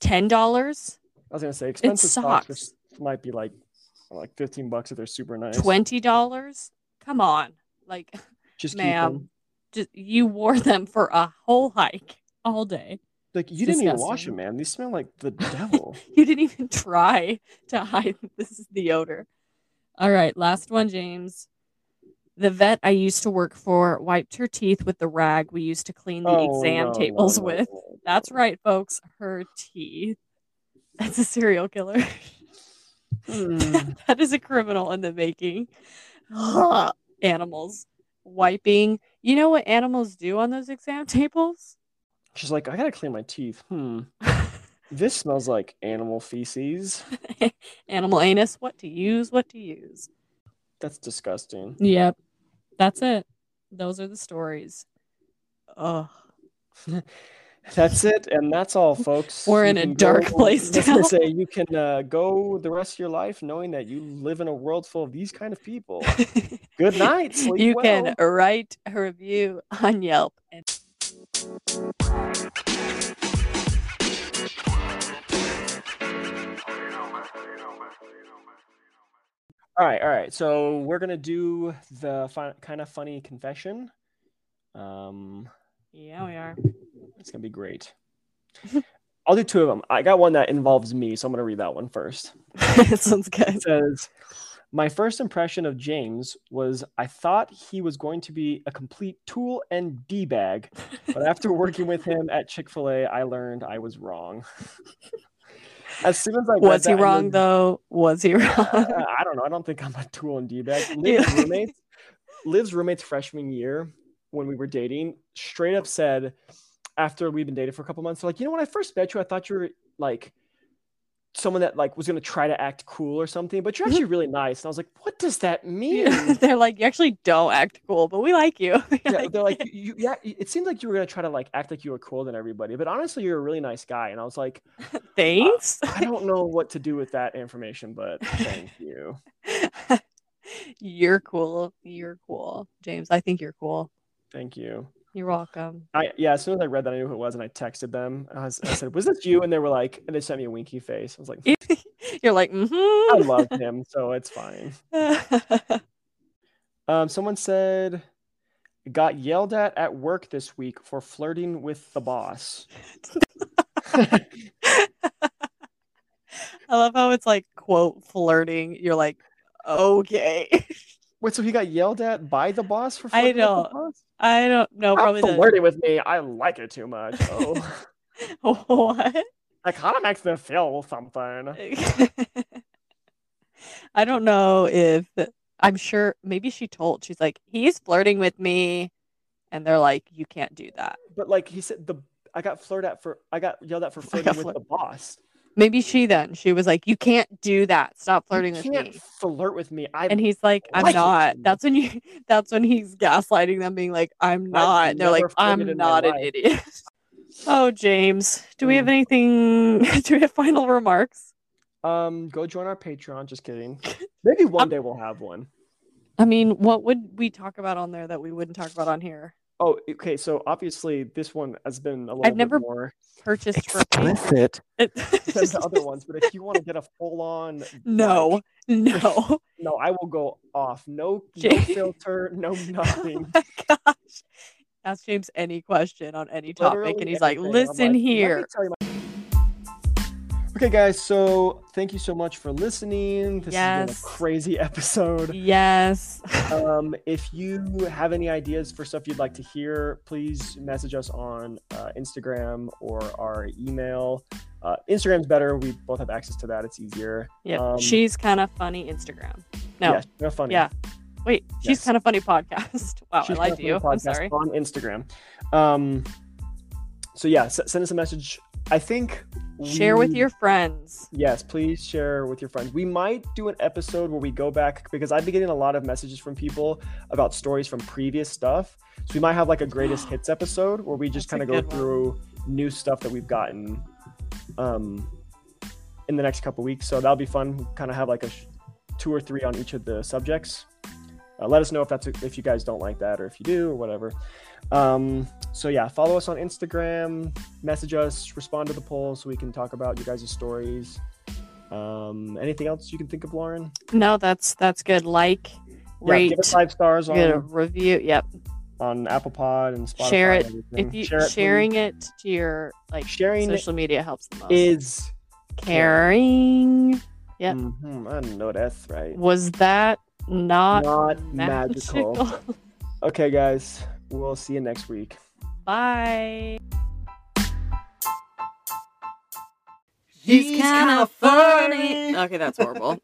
Speaker 1: ten dollars?
Speaker 2: I was gonna say expensive
Speaker 1: socks.
Speaker 2: socks just might be like like fifteen bucks if they're super nice.
Speaker 1: Twenty dollars? Come on, like,
Speaker 2: Just keep
Speaker 1: ma'am.
Speaker 2: them.
Speaker 1: just you wore them for a whole hike all day.
Speaker 2: Like you didn't even wash
Speaker 1: disgusting.
Speaker 2: them, man. These smell like the devil.
Speaker 1: You didn't even try to hide that this is the odor. All right, last one, James. The vet I used to work for wiped her teeth with the rag we used to clean the
Speaker 2: Oh,
Speaker 1: exam
Speaker 2: no, no,
Speaker 1: tables
Speaker 2: no,
Speaker 1: with.
Speaker 2: no.
Speaker 1: That's right, folks. Her teeth. That's a serial killer.
Speaker 2: Hmm.
Speaker 1: that is a criminal in the making. animals wiping. You know what animals do on those exam tables?
Speaker 2: She's like, I gotta clean my teeth. Hmm. This smells like animal feces.
Speaker 1: Animal anus. What to use? What to use?
Speaker 2: That's disgusting.
Speaker 1: Yep. That's it. Those are the stories. Ugh.
Speaker 2: That's it, and that's all, folks.
Speaker 1: We're in a
Speaker 2: can
Speaker 1: dark place
Speaker 2: I was gonna
Speaker 1: now.
Speaker 2: Say you can uh, go the rest of your life knowing that you live in a world full of these kind of people. Good night. Sleep
Speaker 1: you
Speaker 2: well.
Speaker 1: can write a review on Yelp and
Speaker 2: All right, all right. So we're gonna do the fun, kind of funny confession. Um,
Speaker 1: yeah, we are.
Speaker 2: it's gonna be great. I'll do two of them. I got one that involves me, so I'm gonna read that one first.
Speaker 1: Sounds good.
Speaker 2: It says, "My first impression of James was I thought he was going to be a complete tool and d bag, but after working with him at Chick Fil A, I learned I was wrong." as soon as I read
Speaker 1: Was he
Speaker 2: that, I
Speaker 1: wrong
Speaker 2: knew-
Speaker 1: though? Was he wrong?
Speaker 2: Uh, I don't know. I don't think I'm a tool and D bag. Liv's
Speaker 1: Yeah.
Speaker 2: roommates, Liv's roommates freshman year when we were dating, straight up said after we've been dating for a couple months, they're like, you know, when I first met you, I thought you were like someone that like was gonna try to act cool or something, but you're actually really nice. And I was like, what does that mean?
Speaker 1: Mm-hmm. Yeah, They're like, you actually don't act cool, but we like you.
Speaker 2: Yeah, they're like, you, yeah, it seemed like you were gonna try to like act like you were cooler than everybody, but honestly, you're a really nice guy. And I was like,
Speaker 1: thanks.
Speaker 2: I don't know what to do with that information, but thank you.
Speaker 1: you're cool. You're cool. James, I think you're cool.
Speaker 2: Thank you.
Speaker 1: You're welcome.
Speaker 2: I yeah, as soon as I read that, I knew who it was, and I texted them. I, was, I said, "Was this you?" And they were like, and they sent me a winky face. I was like,
Speaker 1: You're like,
Speaker 2: "I
Speaker 1: mm-hmm.
Speaker 2: love him, so it's fine." Um, someone said, "Got yelled at at work this week for flirting with the boss."
Speaker 1: I love how it's like quote flirting. You're like, okay.
Speaker 2: Wait, so he got yelled at by the boss for flirting
Speaker 1: don't-
Speaker 2: with the boss?
Speaker 1: I don't know.
Speaker 2: Stop
Speaker 1: Probably the,
Speaker 2: flirting with me. I like it too much. Oh,
Speaker 1: what?
Speaker 2: that kind of makes me feel something.
Speaker 1: I don't know if I'm sure. Maybe she told. She's like, he's flirting with me, and they're like, you can't do that.
Speaker 2: But like he said, the I got flirted at for I got yelled at for flirting
Speaker 1: got
Speaker 2: with
Speaker 1: flirt-
Speaker 2: the boss.
Speaker 1: Maybe she then she was like, you can't do that. Stop flirting
Speaker 2: you
Speaker 1: with
Speaker 2: can't
Speaker 1: me.
Speaker 2: flirt with me. I
Speaker 1: And he's like, I'm
Speaker 2: like it.
Speaker 1: not. That's when you. That's when he's gaslighting them, being like, I'm not. They're like,
Speaker 2: never
Speaker 1: I'm
Speaker 2: flirted in my
Speaker 1: not an
Speaker 2: life."
Speaker 1: idiot. oh, James, do we have
Speaker 2: Mm.
Speaker 1: anything? do we have final remarks?
Speaker 2: Um, go join our Patreon. Just kidding. Maybe one day we'll have one.
Speaker 1: I mean, what would we talk about on there that we wouldn't talk about on here?
Speaker 2: Oh, okay. So obviously, this one has been a little bit
Speaker 1: never
Speaker 2: more
Speaker 1: Purchased for
Speaker 2: explicit
Speaker 1: It-
Speaker 2: than the other ones. But if you want to get a full on,
Speaker 1: no, no. Oh
Speaker 2: no, I will go off. No, no
Speaker 1: Jay-
Speaker 2: filter, no nothing.
Speaker 1: Oh my gosh. Ask James any question on any topic,
Speaker 2: Literally
Speaker 1: and he's like,
Speaker 2: anything. I'm
Speaker 1: listen
Speaker 2: "Let me
Speaker 1: here.
Speaker 2: tell you my-" Okay, guys. So thank you so much for listening. This has
Speaker 1: Yes.
Speaker 2: been a crazy episode.
Speaker 1: Yes.
Speaker 2: Um, if you have any ideas for stuff you'd like to hear, please message us on uh, Instagram or our email. Uh, Instagram's better. We both have access to that. It's easier.
Speaker 1: Yep.
Speaker 2: Um,
Speaker 1: she's kind of funny Instagram. No.
Speaker 2: Yeah, no funny.
Speaker 1: Yeah. Wait, she's
Speaker 2: Yes.
Speaker 1: kind of funny podcast. Wow, I lied to you. I'm sorry.
Speaker 2: On Instagram. Um, so yeah, s- send us a message. I think
Speaker 1: Share with
Speaker 2: we-
Speaker 1: your friends.
Speaker 2: Yes, please share with your friends. We might do an episode where we go back because I've been getting a lot of messages from people about stories from previous stuff. So we might have like a greatest hits episode where we just
Speaker 1: That's
Speaker 2: kind
Speaker 1: a
Speaker 2: of go
Speaker 1: good one.
Speaker 2: through new stuff that we've gotten um, in the next couple weeks. So that'll be fun. Kind of have like a sh- two or three on each of the subjects. Uh, let us know if that's if you guys don't like that or if you do or whatever. Um, so yeah, follow us on Instagram, message us, respond to the polls so we can talk about you guys' stories. Um, anything else you can think of, Lauren?
Speaker 1: No, that's that's good. Like,
Speaker 2: Yeah,
Speaker 1: rate,
Speaker 2: give it five stars on,
Speaker 1: get a review. Yep.
Speaker 2: on Apple Pod and Spotify.
Speaker 1: Share
Speaker 2: and
Speaker 1: it.
Speaker 2: everything.
Speaker 1: If you
Speaker 2: Share it, please.
Speaker 1: sharing it to your like
Speaker 2: Sharing
Speaker 1: social media helps the most.
Speaker 2: is
Speaker 1: Caring Yep.
Speaker 2: Mhm, I don't know that's right.
Speaker 1: was that not,
Speaker 2: Not magical.
Speaker 1: magical?
Speaker 2: Okay, guys, we'll see you next week.
Speaker 1: Bye.
Speaker 4: He's kind of funny. Okay, that's horrible.